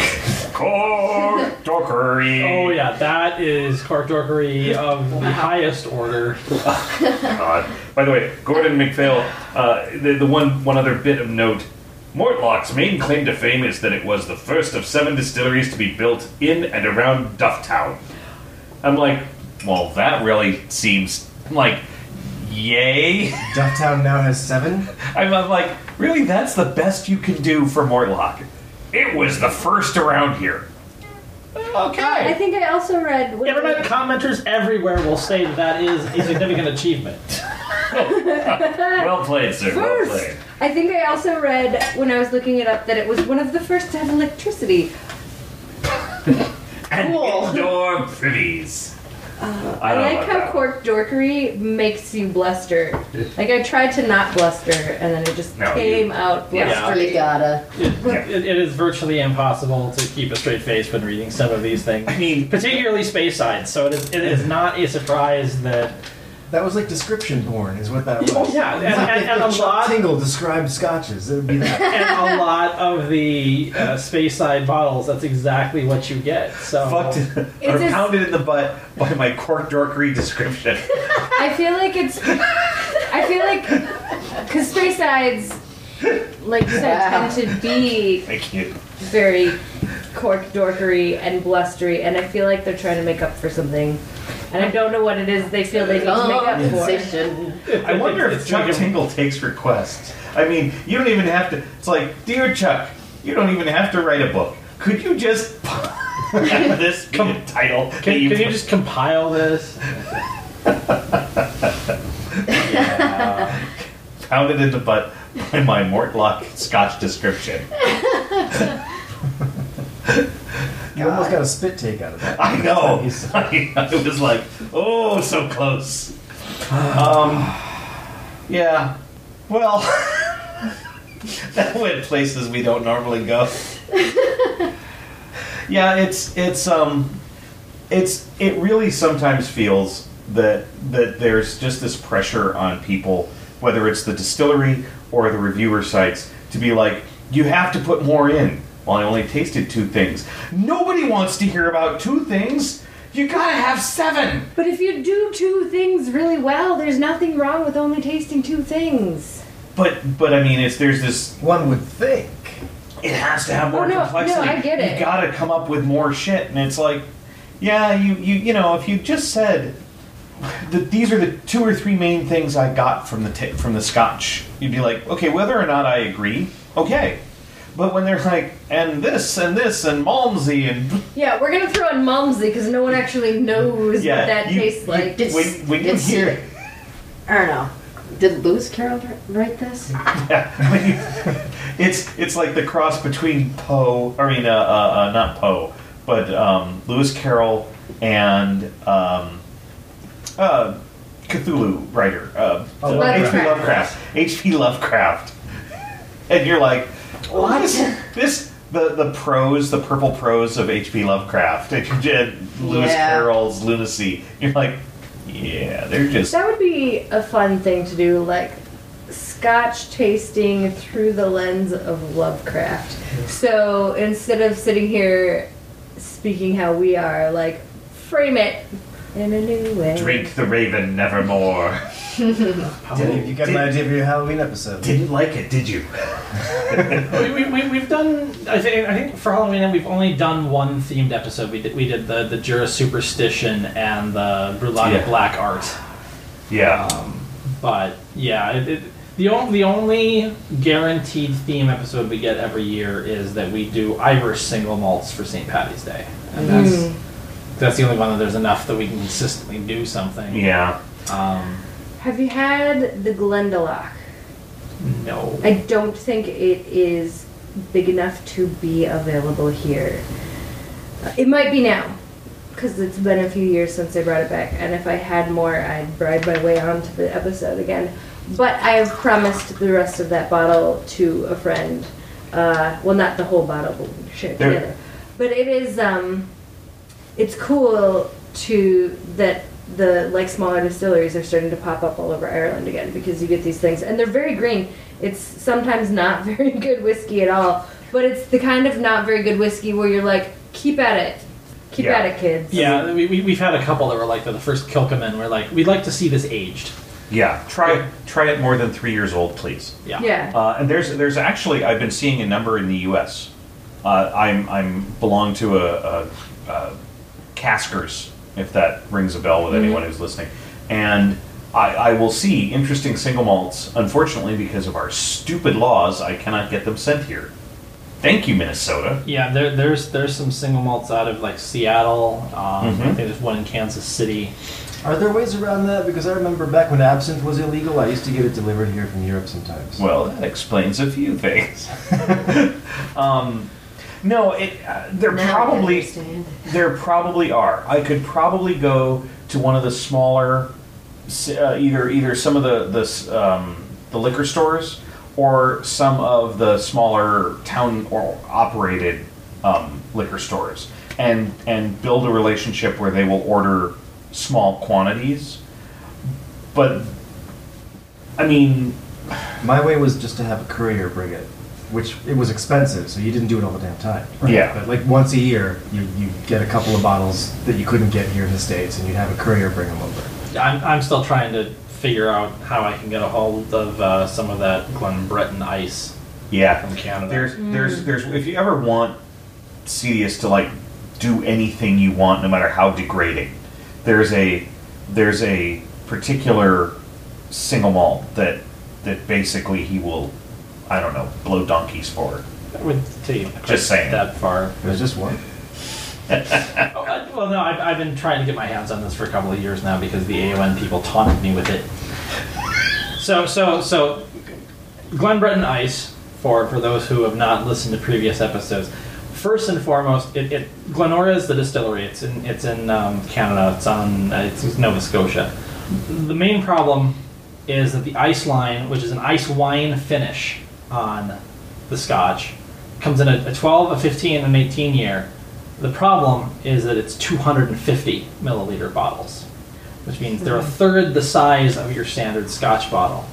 [SPEAKER 1] Cork dorkery.
[SPEAKER 4] Oh yeah, that is cork dorkery of the highest order.
[SPEAKER 1] God. By the way, Gordon MacPhail, uh, the, the one one other bit of note. Mortlock's main claim to fame is that it was the first of seven distilleries to be built in and around Dufftown. I'm like, well, that really seems like, yay.
[SPEAKER 5] Dufftown now has seven.
[SPEAKER 1] I'm, I'm like, really, that's the best you can do for Mortlock. It was the first around here.
[SPEAKER 2] I
[SPEAKER 4] Okay.
[SPEAKER 2] think I also read. what-
[SPEAKER 4] Internet commenters everywhere will say that, that is a significant achievement.
[SPEAKER 1] Well played, sir. Well
[SPEAKER 2] First,
[SPEAKER 1] played.
[SPEAKER 2] I think I also read when I was looking it up that it was one of the first to have electricity.
[SPEAKER 1] And
[SPEAKER 2] Cool. Uh,
[SPEAKER 1] indoor privies. I
[SPEAKER 2] I
[SPEAKER 1] don't
[SPEAKER 2] like
[SPEAKER 1] like
[SPEAKER 2] how
[SPEAKER 1] that.
[SPEAKER 2] cork dorkery makes you bluster. Like I tried to not bluster, and then it just
[SPEAKER 1] No, you-
[SPEAKER 2] came out
[SPEAKER 1] Yeah.
[SPEAKER 2] blustery.
[SPEAKER 7] You gotta.
[SPEAKER 4] It- it- it is virtually impossible to keep a straight face when reading some of these things.
[SPEAKER 1] I mean,
[SPEAKER 4] particularly space side. So it is, it is not a surprise that
[SPEAKER 5] That was like description porn, is what that was.
[SPEAKER 4] Oh, yeah, and, and, and a
[SPEAKER 5] If Chuck
[SPEAKER 4] lot
[SPEAKER 5] Tingle described scotches. It would be that.
[SPEAKER 4] and a lot of the uh, space side bottles. That's exactly what you get. So
[SPEAKER 1] fucked or
[SPEAKER 2] It's a-
[SPEAKER 1] pounded in the butt by my cork dorkery description.
[SPEAKER 2] I feel like it's. I feel like because space sides, like you said, tend to be
[SPEAKER 1] Thank you.
[SPEAKER 2] very cork dorkery and blustery, and I feel like they're trying to make up for something, and I don't know what it is they feel they need to make up for.
[SPEAKER 7] They shouldn't.
[SPEAKER 1] I wonder if Chuck Tingle takes requests. I mean, you don't even have to. It's like, dear Chuck, you don't even have to write a book. Could you just have this be the title? that
[SPEAKER 4] Can, can you
[SPEAKER 1] put-
[SPEAKER 4] just compile this?
[SPEAKER 1] pounded in the butt by my Mortlock Scotch description?
[SPEAKER 5] You almost got a spit take out of that.
[SPEAKER 1] I know. I, I was like, oh, so close. Um, yeah. Well, that went places we don't normally go. yeah, it's it's um, it's it really sometimes feels that that there's just this pressure on people, whether it's the distillery or the reviewer sites, to be like, you have to put more in. Well, I only tasted two things. Nobody wants to hear about two things. You gotta have seven.
[SPEAKER 2] But if you do two things really well, there's nothing wrong with only tasting two things.
[SPEAKER 1] But but I mean, it's there's this.
[SPEAKER 5] One would think.
[SPEAKER 1] It has to have more
[SPEAKER 2] Oh, no, no,
[SPEAKER 1] complexity.
[SPEAKER 2] I get it.
[SPEAKER 1] You gotta come up with more shit, and it's like, yeah, you you you know, if you just said that these are the two or three main things I got from the ta from the scotch, you'd be like, okay, whether or not I agree, okay. But when they're like, and this and this and Malmsey and
[SPEAKER 2] Yeah, we're gonna throw in Malmsey because no one actually knows
[SPEAKER 1] Yeah,
[SPEAKER 2] what that
[SPEAKER 1] you-
[SPEAKER 2] tastes
[SPEAKER 1] you-
[SPEAKER 2] like.
[SPEAKER 7] Did,
[SPEAKER 1] When- when you
[SPEAKER 7] did-
[SPEAKER 1] hear-
[SPEAKER 7] I don't know. Did Lewis Carroll dr- write this?
[SPEAKER 1] Yeah, when you- it's it's like the cross between Poe. I mean, uh, uh, uh, not Poe, but um, Lewis Carroll and um, uh, Cthulhu writer uh,
[SPEAKER 5] Oh,
[SPEAKER 1] H.P.
[SPEAKER 2] Lovecraft.
[SPEAKER 1] Lovecraft. H.P. Lovecraft, and you're like, "Oh,
[SPEAKER 7] What?
[SPEAKER 1] This, this the the prose, the purple prose of H.P. Lovecraft, and Lewis
[SPEAKER 7] Yeah.
[SPEAKER 1] Carroll's lunacy. You're like, yeah, they're just
[SPEAKER 2] That would be a fun thing to do, like scotch tasting through the lens of Lovecraft. So instead of sitting here speaking how we are, like frame it in a new way.
[SPEAKER 1] drink the Raven nevermore.
[SPEAKER 5] Did, you got an
[SPEAKER 1] did-
[SPEAKER 5] idea for your Halloween episode.
[SPEAKER 1] Didn't like it, did you?
[SPEAKER 4] we, we, we, we've done. I think, I think for Halloween, we've only done one themed episode. We did, we did the the Jura superstition and the Brulati
[SPEAKER 1] Yeah.
[SPEAKER 4] black art.
[SPEAKER 1] Yeah.
[SPEAKER 3] Oh,
[SPEAKER 4] Um, but yeah, it, it, the only the only guaranteed theme episode we get every year is that we do Irish single malts for St. Patty's Day, and that's that's the only one that there's enough that we can consistently do something.
[SPEAKER 1] Yeah.
[SPEAKER 4] Um,
[SPEAKER 2] Have you had the Glendalough?
[SPEAKER 4] no.
[SPEAKER 2] I don't think it is big enough to be available here. It might be now, because it's been a few years since I brought it back, and if I had more, I'd bribe my way onto the episode again. But I have promised the rest of that bottle to a friend. Uh, well, not the whole bottle, but we can share it
[SPEAKER 1] There-
[SPEAKER 2] together. But it is, um, it's cool to that the like smaller distilleries are starting to pop up all over Ireland again because you get these things and they're very green. It's sometimes not very good whiskey at all, but it's the kind of not very good whiskey where you're like, keep at it, keep
[SPEAKER 1] Yeah.
[SPEAKER 2] at it, kids.
[SPEAKER 4] Yeah, we, we, we've had a couple that were like the, the first Kilkeman. We're like, we'd like to see this aged.
[SPEAKER 1] Yeah. Try try it more than three years old, please.
[SPEAKER 4] Yeah.
[SPEAKER 2] yeah.
[SPEAKER 1] Uh, and there's there's actually I've been seeing a number in the U.S. Uh, I'm I'm belong to a, a, a Caskers, if that rings a bell
[SPEAKER 3] Mm-hmm.
[SPEAKER 1] with anyone who's listening, and I, I will see interesting single malts. Unfortunately, because of our stupid laws, I cannot get them sent here. Thank you, Minnesota.
[SPEAKER 4] Yeah, there, there's there's some single malts out of like Seattle. Um, I
[SPEAKER 1] Mhm.
[SPEAKER 4] think there's one in Kansas City.
[SPEAKER 5] Are there ways around that? Because I remember back when absinthe was illegal, I used to get it delivered here from Europe sometimes.
[SPEAKER 1] Well, that explains a few things. um, no, it. Uh, there
[SPEAKER 3] Now I
[SPEAKER 1] probably
[SPEAKER 3] understand.
[SPEAKER 1] there probably are. I could probably go to one of the smaller, s- uh, either either some of the the s- um, the liquor stores or some of the smaller town or operated um, liquor stores, and and build a relationship where they will order small quantities, but. I mean,
[SPEAKER 5] My way was just to have a courier bring it, which it was expensive, so you didn't do it all the damn time.
[SPEAKER 1] Yeah.
[SPEAKER 5] But like once a year, you, you get a couple of bottles that you couldn't get here in the States, and you'd have a courier bring them over.
[SPEAKER 4] I'm, I'm still trying to figure out how I can get a hold of uh, some of that Glenbretton ice
[SPEAKER 1] yeah.
[SPEAKER 4] from Canada.
[SPEAKER 1] There's, there's, there's. If you ever want Cedius to like do anything you want, no matter how degrading, there's a there's a particular single malt that that basically he will, I don't know, blow donkeys for.
[SPEAKER 4] That would take
[SPEAKER 1] Just saying.
[SPEAKER 4] that far.
[SPEAKER 5] There's just one.
[SPEAKER 4] Oh, I- well, no, I've, I've been trying to get my hands on this for a couple of years now because the AON people taunted me with it. so, so, so, Glenbretton Ice, for, for those who have not listened to previous episodes, first and foremost, it, it Glenora is the distillery. It's in, it's in um, Canada, it's on uh, it's Nova Scotia. The main problem is that the ice line, which is an ice wine finish on the scotch, comes in a, a 12, a 15, and an 18 year. The problem is that it's 250 milliliter bottles, which means they're a third the size of your standard Scotch bottle.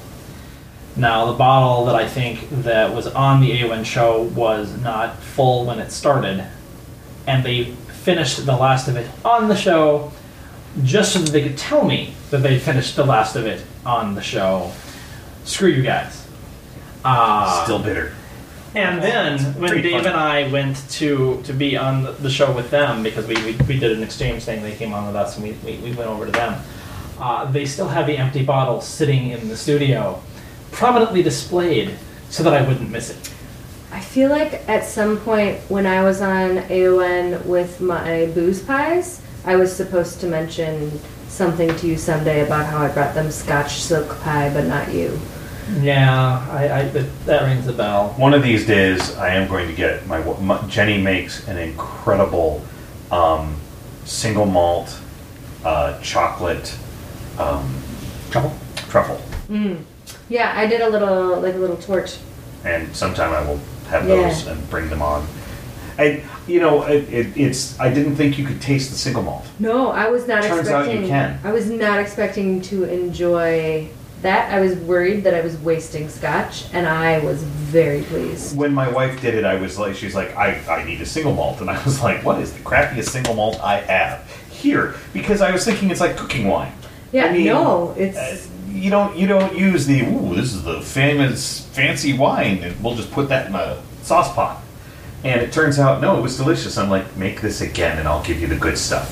[SPEAKER 4] Now, the bottle that I think that was on the AWIN show was not full when it started, and they finished the last of it on the show just so that they could tell me that they finished the last of it on the show. Screw you guys. Uh,
[SPEAKER 1] Still bitter.
[SPEAKER 4] and then when
[SPEAKER 1] Pretty
[SPEAKER 4] Dave
[SPEAKER 1] funny.
[SPEAKER 4] and I went to to be on the- the show with them because we, we, we did an exchange thing, they came on with us and we, we, we went over to them. Uh, they still have the empty bottle sitting in the studio, prominently displayed so that I wouldn't miss it.
[SPEAKER 2] I feel like at some point when I was on AON with my booze pies, I was supposed to mention something to you someday about how I brought them scotch silk pie, but not you.
[SPEAKER 4] Yeah, I, I that, that rings a bell.
[SPEAKER 1] One of these days, I am going to get my, my Jenny makes an incredible um, single malt uh, chocolate um,
[SPEAKER 4] Trouble?
[SPEAKER 1] truffle,
[SPEAKER 2] Mm. Yeah, I did a little, like a little torch.
[SPEAKER 1] and sometime I will have
[SPEAKER 2] Yeah.
[SPEAKER 1] those and bring them on. I, you know, it, it, it's. I didn't think you could taste the single malt.
[SPEAKER 2] No, I was not
[SPEAKER 1] Turns out you
[SPEAKER 2] expecting.
[SPEAKER 1] can.
[SPEAKER 2] I was not expecting to enjoy that. I was worried that I was wasting scotch, and I was very pleased.
[SPEAKER 1] When my wife did it, I was like, she's like, I, I need a single malt, and I was like, what is the crappiest single malt I have here? Because I was thinking it's like cooking wine.
[SPEAKER 2] Yeah,
[SPEAKER 1] I mean,
[SPEAKER 2] no, it's
[SPEAKER 1] Uh, you don't you don't use the ooh this is the famous fancy wine and we'll just put that in a sauce pot and it turns out no it was delicious i'm like make this again and i'll give you the good stuff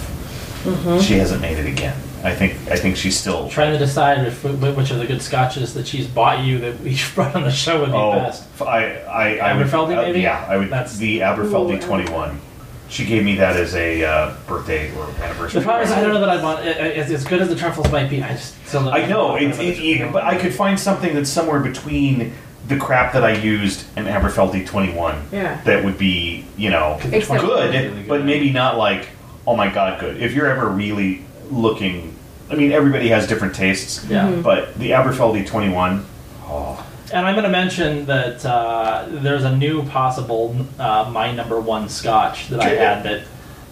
[SPEAKER 1] she hasn't made it again i think i think she's still
[SPEAKER 4] Mm-hmm. Trying to decide if which of the good scotches that she's bought you that we brought on the show would be
[SPEAKER 1] oh
[SPEAKER 4] best.
[SPEAKER 1] f- i i i would,
[SPEAKER 4] Aberfeldy,
[SPEAKER 1] uh,
[SPEAKER 4] maybe?
[SPEAKER 1] yeah i would
[SPEAKER 4] That's-
[SPEAKER 1] that's the aberfeldy
[SPEAKER 2] Ooh,
[SPEAKER 1] 21 she gave me that as a uh, birthday or anniversary
[SPEAKER 4] The problem is I don't
[SPEAKER 1] present.
[SPEAKER 4] know that I want it, it, as good as the truffles might be. I just still don't
[SPEAKER 1] I know,
[SPEAKER 4] don't
[SPEAKER 1] it's,
[SPEAKER 4] know
[SPEAKER 1] it,
[SPEAKER 4] the truffle.
[SPEAKER 1] it- but I could find something that's somewhere between the crap that I used and Aberfeldy 21
[SPEAKER 2] yeah.
[SPEAKER 1] that would be, you know,
[SPEAKER 2] Except-
[SPEAKER 1] good,
[SPEAKER 4] Really good.
[SPEAKER 1] but maybe not like, oh my god, good. If you're ever really looking, I mean, everybody has different tastes,
[SPEAKER 4] Yeah.
[SPEAKER 1] but the Aberfeldy 21, oh,
[SPEAKER 4] And I'm going to mention that uh, there's a new possible uh, my number one scotch that I had that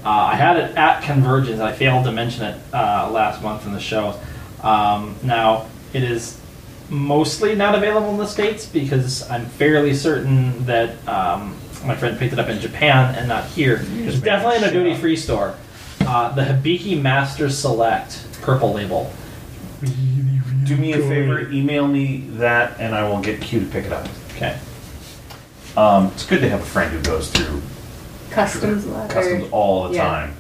[SPEAKER 4] uh, I had it at Convergence. I failed to mention it uh, last month in the show. Um, now it is mostly not available in the states because I'm fairly certain that um, my friend picked it up in Japan and not here. It's
[SPEAKER 1] made
[SPEAKER 4] definitely in a
[SPEAKER 1] shit up.
[SPEAKER 4] duty free store. Uh, the Hibiki Master Select purple label.
[SPEAKER 1] do me a favor, email me that, and I will get Q to pick it up.
[SPEAKER 4] Okay.
[SPEAKER 1] Um, it's good to have a friend who goes through
[SPEAKER 2] Customs letter.
[SPEAKER 1] customs all the
[SPEAKER 2] Yeah.
[SPEAKER 1] time,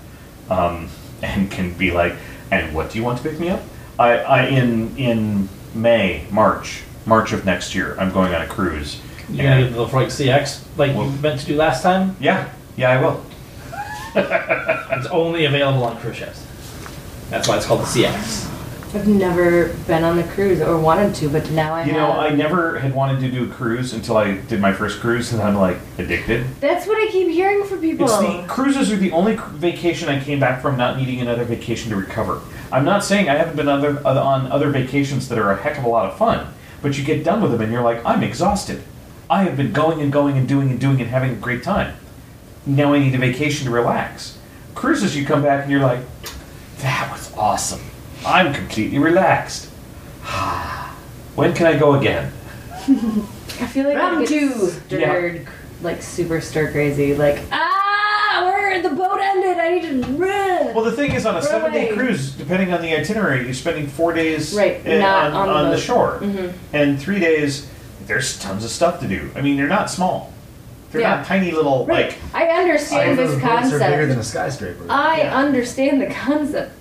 [SPEAKER 1] um, and can be like, "And what do you want to pick me up?" I, I in in May, March, March of next year, I'm going on a cruise,
[SPEAKER 4] You gonna give the Lefroy CX like you meant to do last time?
[SPEAKER 1] Yeah, yeah, I will.
[SPEAKER 4] It's only available on cruise ships. That's why it's called the CX.
[SPEAKER 2] I've never been on a cruise or wanted to, but now I
[SPEAKER 1] You
[SPEAKER 2] have.
[SPEAKER 1] know, I never had wanted to do a cruise until I did my first cruise, and I'm like addicted.
[SPEAKER 9] That's what I keep hearing from people.
[SPEAKER 1] It's the cruises are the only cr- vacation I came back from not needing another vacation to recover. I'm not saying I haven't been other, other on other vacations that are a heck of a lot of fun, but you get done with them and you're like, I'm exhausted. I have been going and going and doing and doing and having a great time. Now I need a vacation to relax. Cruises, you come back and you're like, that was awesome. I'm completely relaxed. when can I go again?
[SPEAKER 9] I feel like
[SPEAKER 2] Round
[SPEAKER 9] I get-
[SPEAKER 2] two, stirred, like super stir crazy, like ah, where the boat ended. I need to run.
[SPEAKER 1] Well, the thing is, on a
[SPEAKER 2] Right.
[SPEAKER 1] seven day cruise, depending on the itinerary, you're spending four days
[SPEAKER 2] Right,
[SPEAKER 1] uh,
[SPEAKER 2] not
[SPEAKER 1] on,
[SPEAKER 2] on the Mm-hmm.
[SPEAKER 1] on the
[SPEAKER 2] boat.
[SPEAKER 1] shore. And three days, there's tons of stuff to do. I mean, they're not small, they're
[SPEAKER 2] Yeah.
[SPEAKER 1] not tiny little,
[SPEAKER 2] Right.
[SPEAKER 1] like,
[SPEAKER 2] I understand
[SPEAKER 5] Those
[SPEAKER 2] this
[SPEAKER 5] boats are bigger than
[SPEAKER 2] concept.
[SPEAKER 5] a skyscraper.
[SPEAKER 2] I
[SPEAKER 1] Yeah.
[SPEAKER 2] understand the concept.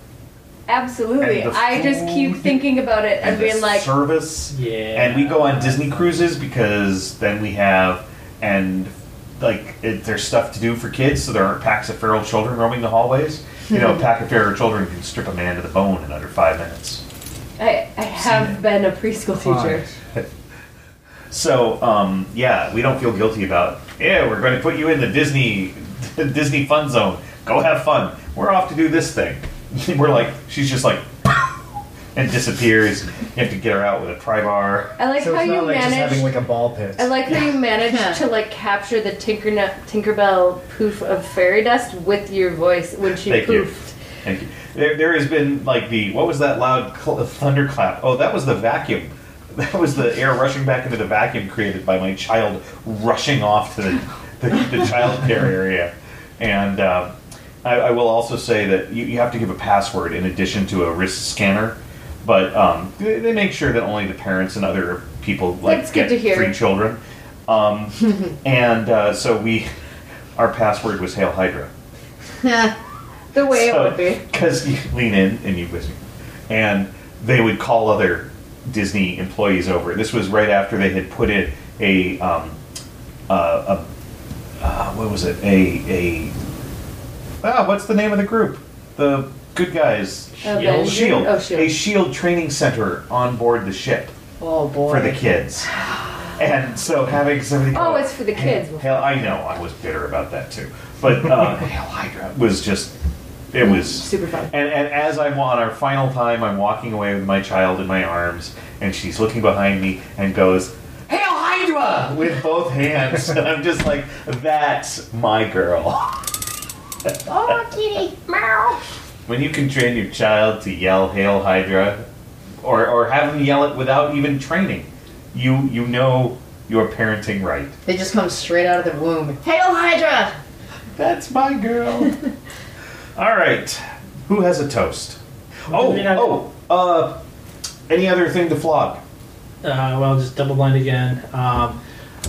[SPEAKER 2] Absolutely.
[SPEAKER 1] And the
[SPEAKER 2] I just keep
[SPEAKER 1] food.
[SPEAKER 2] thinking about it and
[SPEAKER 1] and the
[SPEAKER 2] being like,
[SPEAKER 1] service.
[SPEAKER 4] Yeah.
[SPEAKER 1] And we go on Disney cruises because then we have, and like, it, there's stuff to do for kids, so there aren't packs of feral children roaming the hallways. You know, a pack of feral children can strip a man to the bone in under five minutes.
[SPEAKER 2] I, I have been a preschool teacher.
[SPEAKER 1] So um, yeah, we don't feel guilty about. Yeah, we're going to put you in the Disney Disney fun zone. Go have fun. We're off to do this thing. we're like, she's just like, and disappears. You have to get her out with a pry bar.
[SPEAKER 2] I like
[SPEAKER 5] so
[SPEAKER 2] how
[SPEAKER 5] it's
[SPEAKER 2] you
[SPEAKER 5] not like just
[SPEAKER 2] manage.
[SPEAKER 5] having like a ball pit.
[SPEAKER 2] I like how you managed to like capture the Tinker Tinkerbell poof of fairy dust with your voice when she
[SPEAKER 1] Thank you.
[SPEAKER 2] poofed.
[SPEAKER 1] Thank you. There, there has been like the what was that loud cl- thunderclap? Oh, that was the vacuum. That was the air rushing back into the vacuum created by my child rushing off to the the, the child care area. And uh, I, I will also say that you, you have to give a password in addition to a wrist scanner. But um, they, they make sure that only the parents and other people like
[SPEAKER 2] That's
[SPEAKER 1] get
[SPEAKER 2] good to hear.
[SPEAKER 1] free children. Um, and uh, so we, our password was Hail Hydra
[SPEAKER 2] The way it would be.
[SPEAKER 1] because you lean in and you whisper, and they would call other Disney employees over. This was right after they had put in a, um, uh, a uh, what was it? A a ah, what's the name of the group? The good guys.
[SPEAKER 2] Avengers?
[SPEAKER 1] Shield.
[SPEAKER 2] Oh, Shield.
[SPEAKER 1] A shield training center on board the ship
[SPEAKER 7] Oh boy.
[SPEAKER 1] for the kids. And so having somebody.
[SPEAKER 2] Oh,
[SPEAKER 1] go,
[SPEAKER 2] it's for the kids.
[SPEAKER 1] Hell, I know. I was bitter about that too. But uh, Hail Hydra was just. It was.
[SPEAKER 2] Super fun.
[SPEAKER 1] And, and as I'm on our final time, I'm walking away with my child in my arms, and she's looking behind me and goes, Hail Hydra! with both hands. and I'm just like, that's my girl.
[SPEAKER 9] Oh, kitty, meow.
[SPEAKER 1] When you can train your child to yell Hail Hydra, or, or have them yell it without even training, you, you know you're parenting right.
[SPEAKER 7] They just come straight out of the womb. Hail Hydra!
[SPEAKER 1] That's my girl. All right. Who has a toast? Oh,
[SPEAKER 4] we not-
[SPEAKER 1] oh, uh, any other thing to flog?
[SPEAKER 4] Uh, well, just double blind again. Um,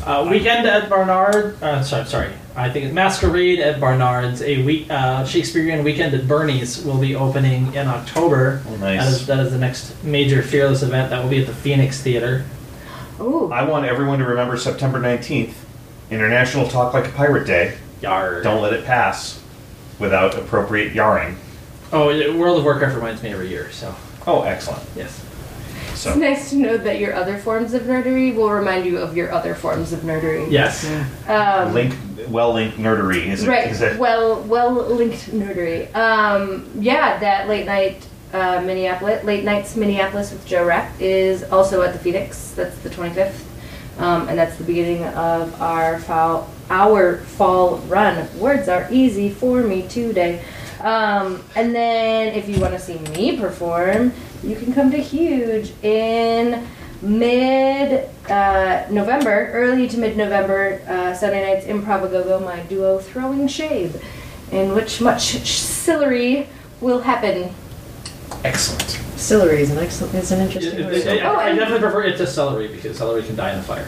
[SPEAKER 4] uh, weekend at Barnard. Uh, sorry, sorry. I think it's Masquerade at Barnard's. A week uh, Shakespearean weekend at Bernie's will be opening in October.
[SPEAKER 1] Oh, nice.
[SPEAKER 4] That is, that is the next major Fearless event. That will be at the Phoenix Theater.
[SPEAKER 2] Ooh.
[SPEAKER 1] I want everyone to remember September 19th, International Talk Like a Pirate Day.
[SPEAKER 4] Yar.
[SPEAKER 1] Don't let it pass without appropriate yarring.
[SPEAKER 4] Oh, yeah, World of Warcraft reminds me every year. So
[SPEAKER 1] Oh, excellent.
[SPEAKER 4] yes.
[SPEAKER 1] So,
[SPEAKER 2] It's nice to know that your other forms of nerdery will remind you of your other forms of nerdery.
[SPEAKER 4] Yes.
[SPEAKER 2] Um,
[SPEAKER 1] link, well linked nerdery is a,
[SPEAKER 2] right.
[SPEAKER 1] is a
[SPEAKER 2] well, well linked nerdery. Um, yeah, that late night uh, Minneapolis, late nights Minneapolis with Joe Rapp is also at the Phoenix. That's the 25th, um, and that's the beginning of our fall, our fall run. Words are easy for me today. Um, and then if you want to see me perform, you can come to Huge in mid uh, November, early to mid November, uh, Sunday nights improv go my duo Throwing Shade, in which much sh- sillery will happen.
[SPEAKER 1] excellent.
[SPEAKER 7] Celery is an excellent, is an interesting
[SPEAKER 4] It-
[SPEAKER 7] word.
[SPEAKER 4] it- it-
[SPEAKER 2] Oh,
[SPEAKER 4] I
[SPEAKER 2] and-
[SPEAKER 4] definitely prefer it to celery because celery can die in the fire.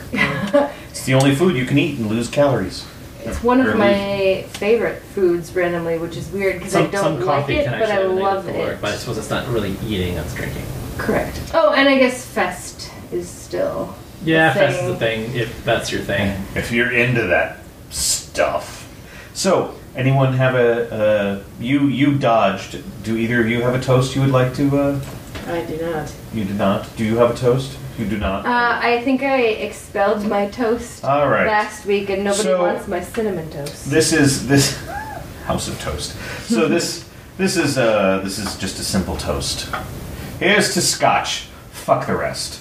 [SPEAKER 1] It's the only food you can eat and lose calories.
[SPEAKER 2] It's one
[SPEAKER 1] Or
[SPEAKER 2] of
[SPEAKER 1] lose-
[SPEAKER 2] my favorite foods randomly, which is weird because I
[SPEAKER 4] Some,
[SPEAKER 2] don't
[SPEAKER 4] some
[SPEAKER 2] like
[SPEAKER 4] coffee
[SPEAKER 2] it,
[SPEAKER 4] can
[SPEAKER 2] but
[SPEAKER 4] actually
[SPEAKER 2] I
[SPEAKER 4] have a negative
[SPEAKER 2] love
[SPEAKER 4] caloric,
[SPEAKER 2] it.
[SPEAKER 4] But I suppose it's not really eating; that's drinking.
[SPEAKER 2] Correct. Oh, and I guess Fest is still
[SPEAKER 4] Yeah, if that's
[SPEAKER 2] thing.
[SPEAKER 4] the thing. If that's your thing.
[SPEAKER 1] If you're into that stuff. So, anyone have a, a you you dodged. Do either of you have a toast you would like to uh
[SPEAKER 7] I do not.
[SPEAKER 1] you do not. Do you have a toast? You do not.
[SPEAKER 2] Uh, I think I expelled my toast
[SPEAKER 1] All right.
[SPEAKER 2] last week, and nobody
[SPEAKER 1] So-
[SPEAKER 2] wants my cinnamon toast.
[SPEAKER 1] This is this House of Toast. So this this is uh this is just a simple toast. Here's to Scotch. Fuck the rest.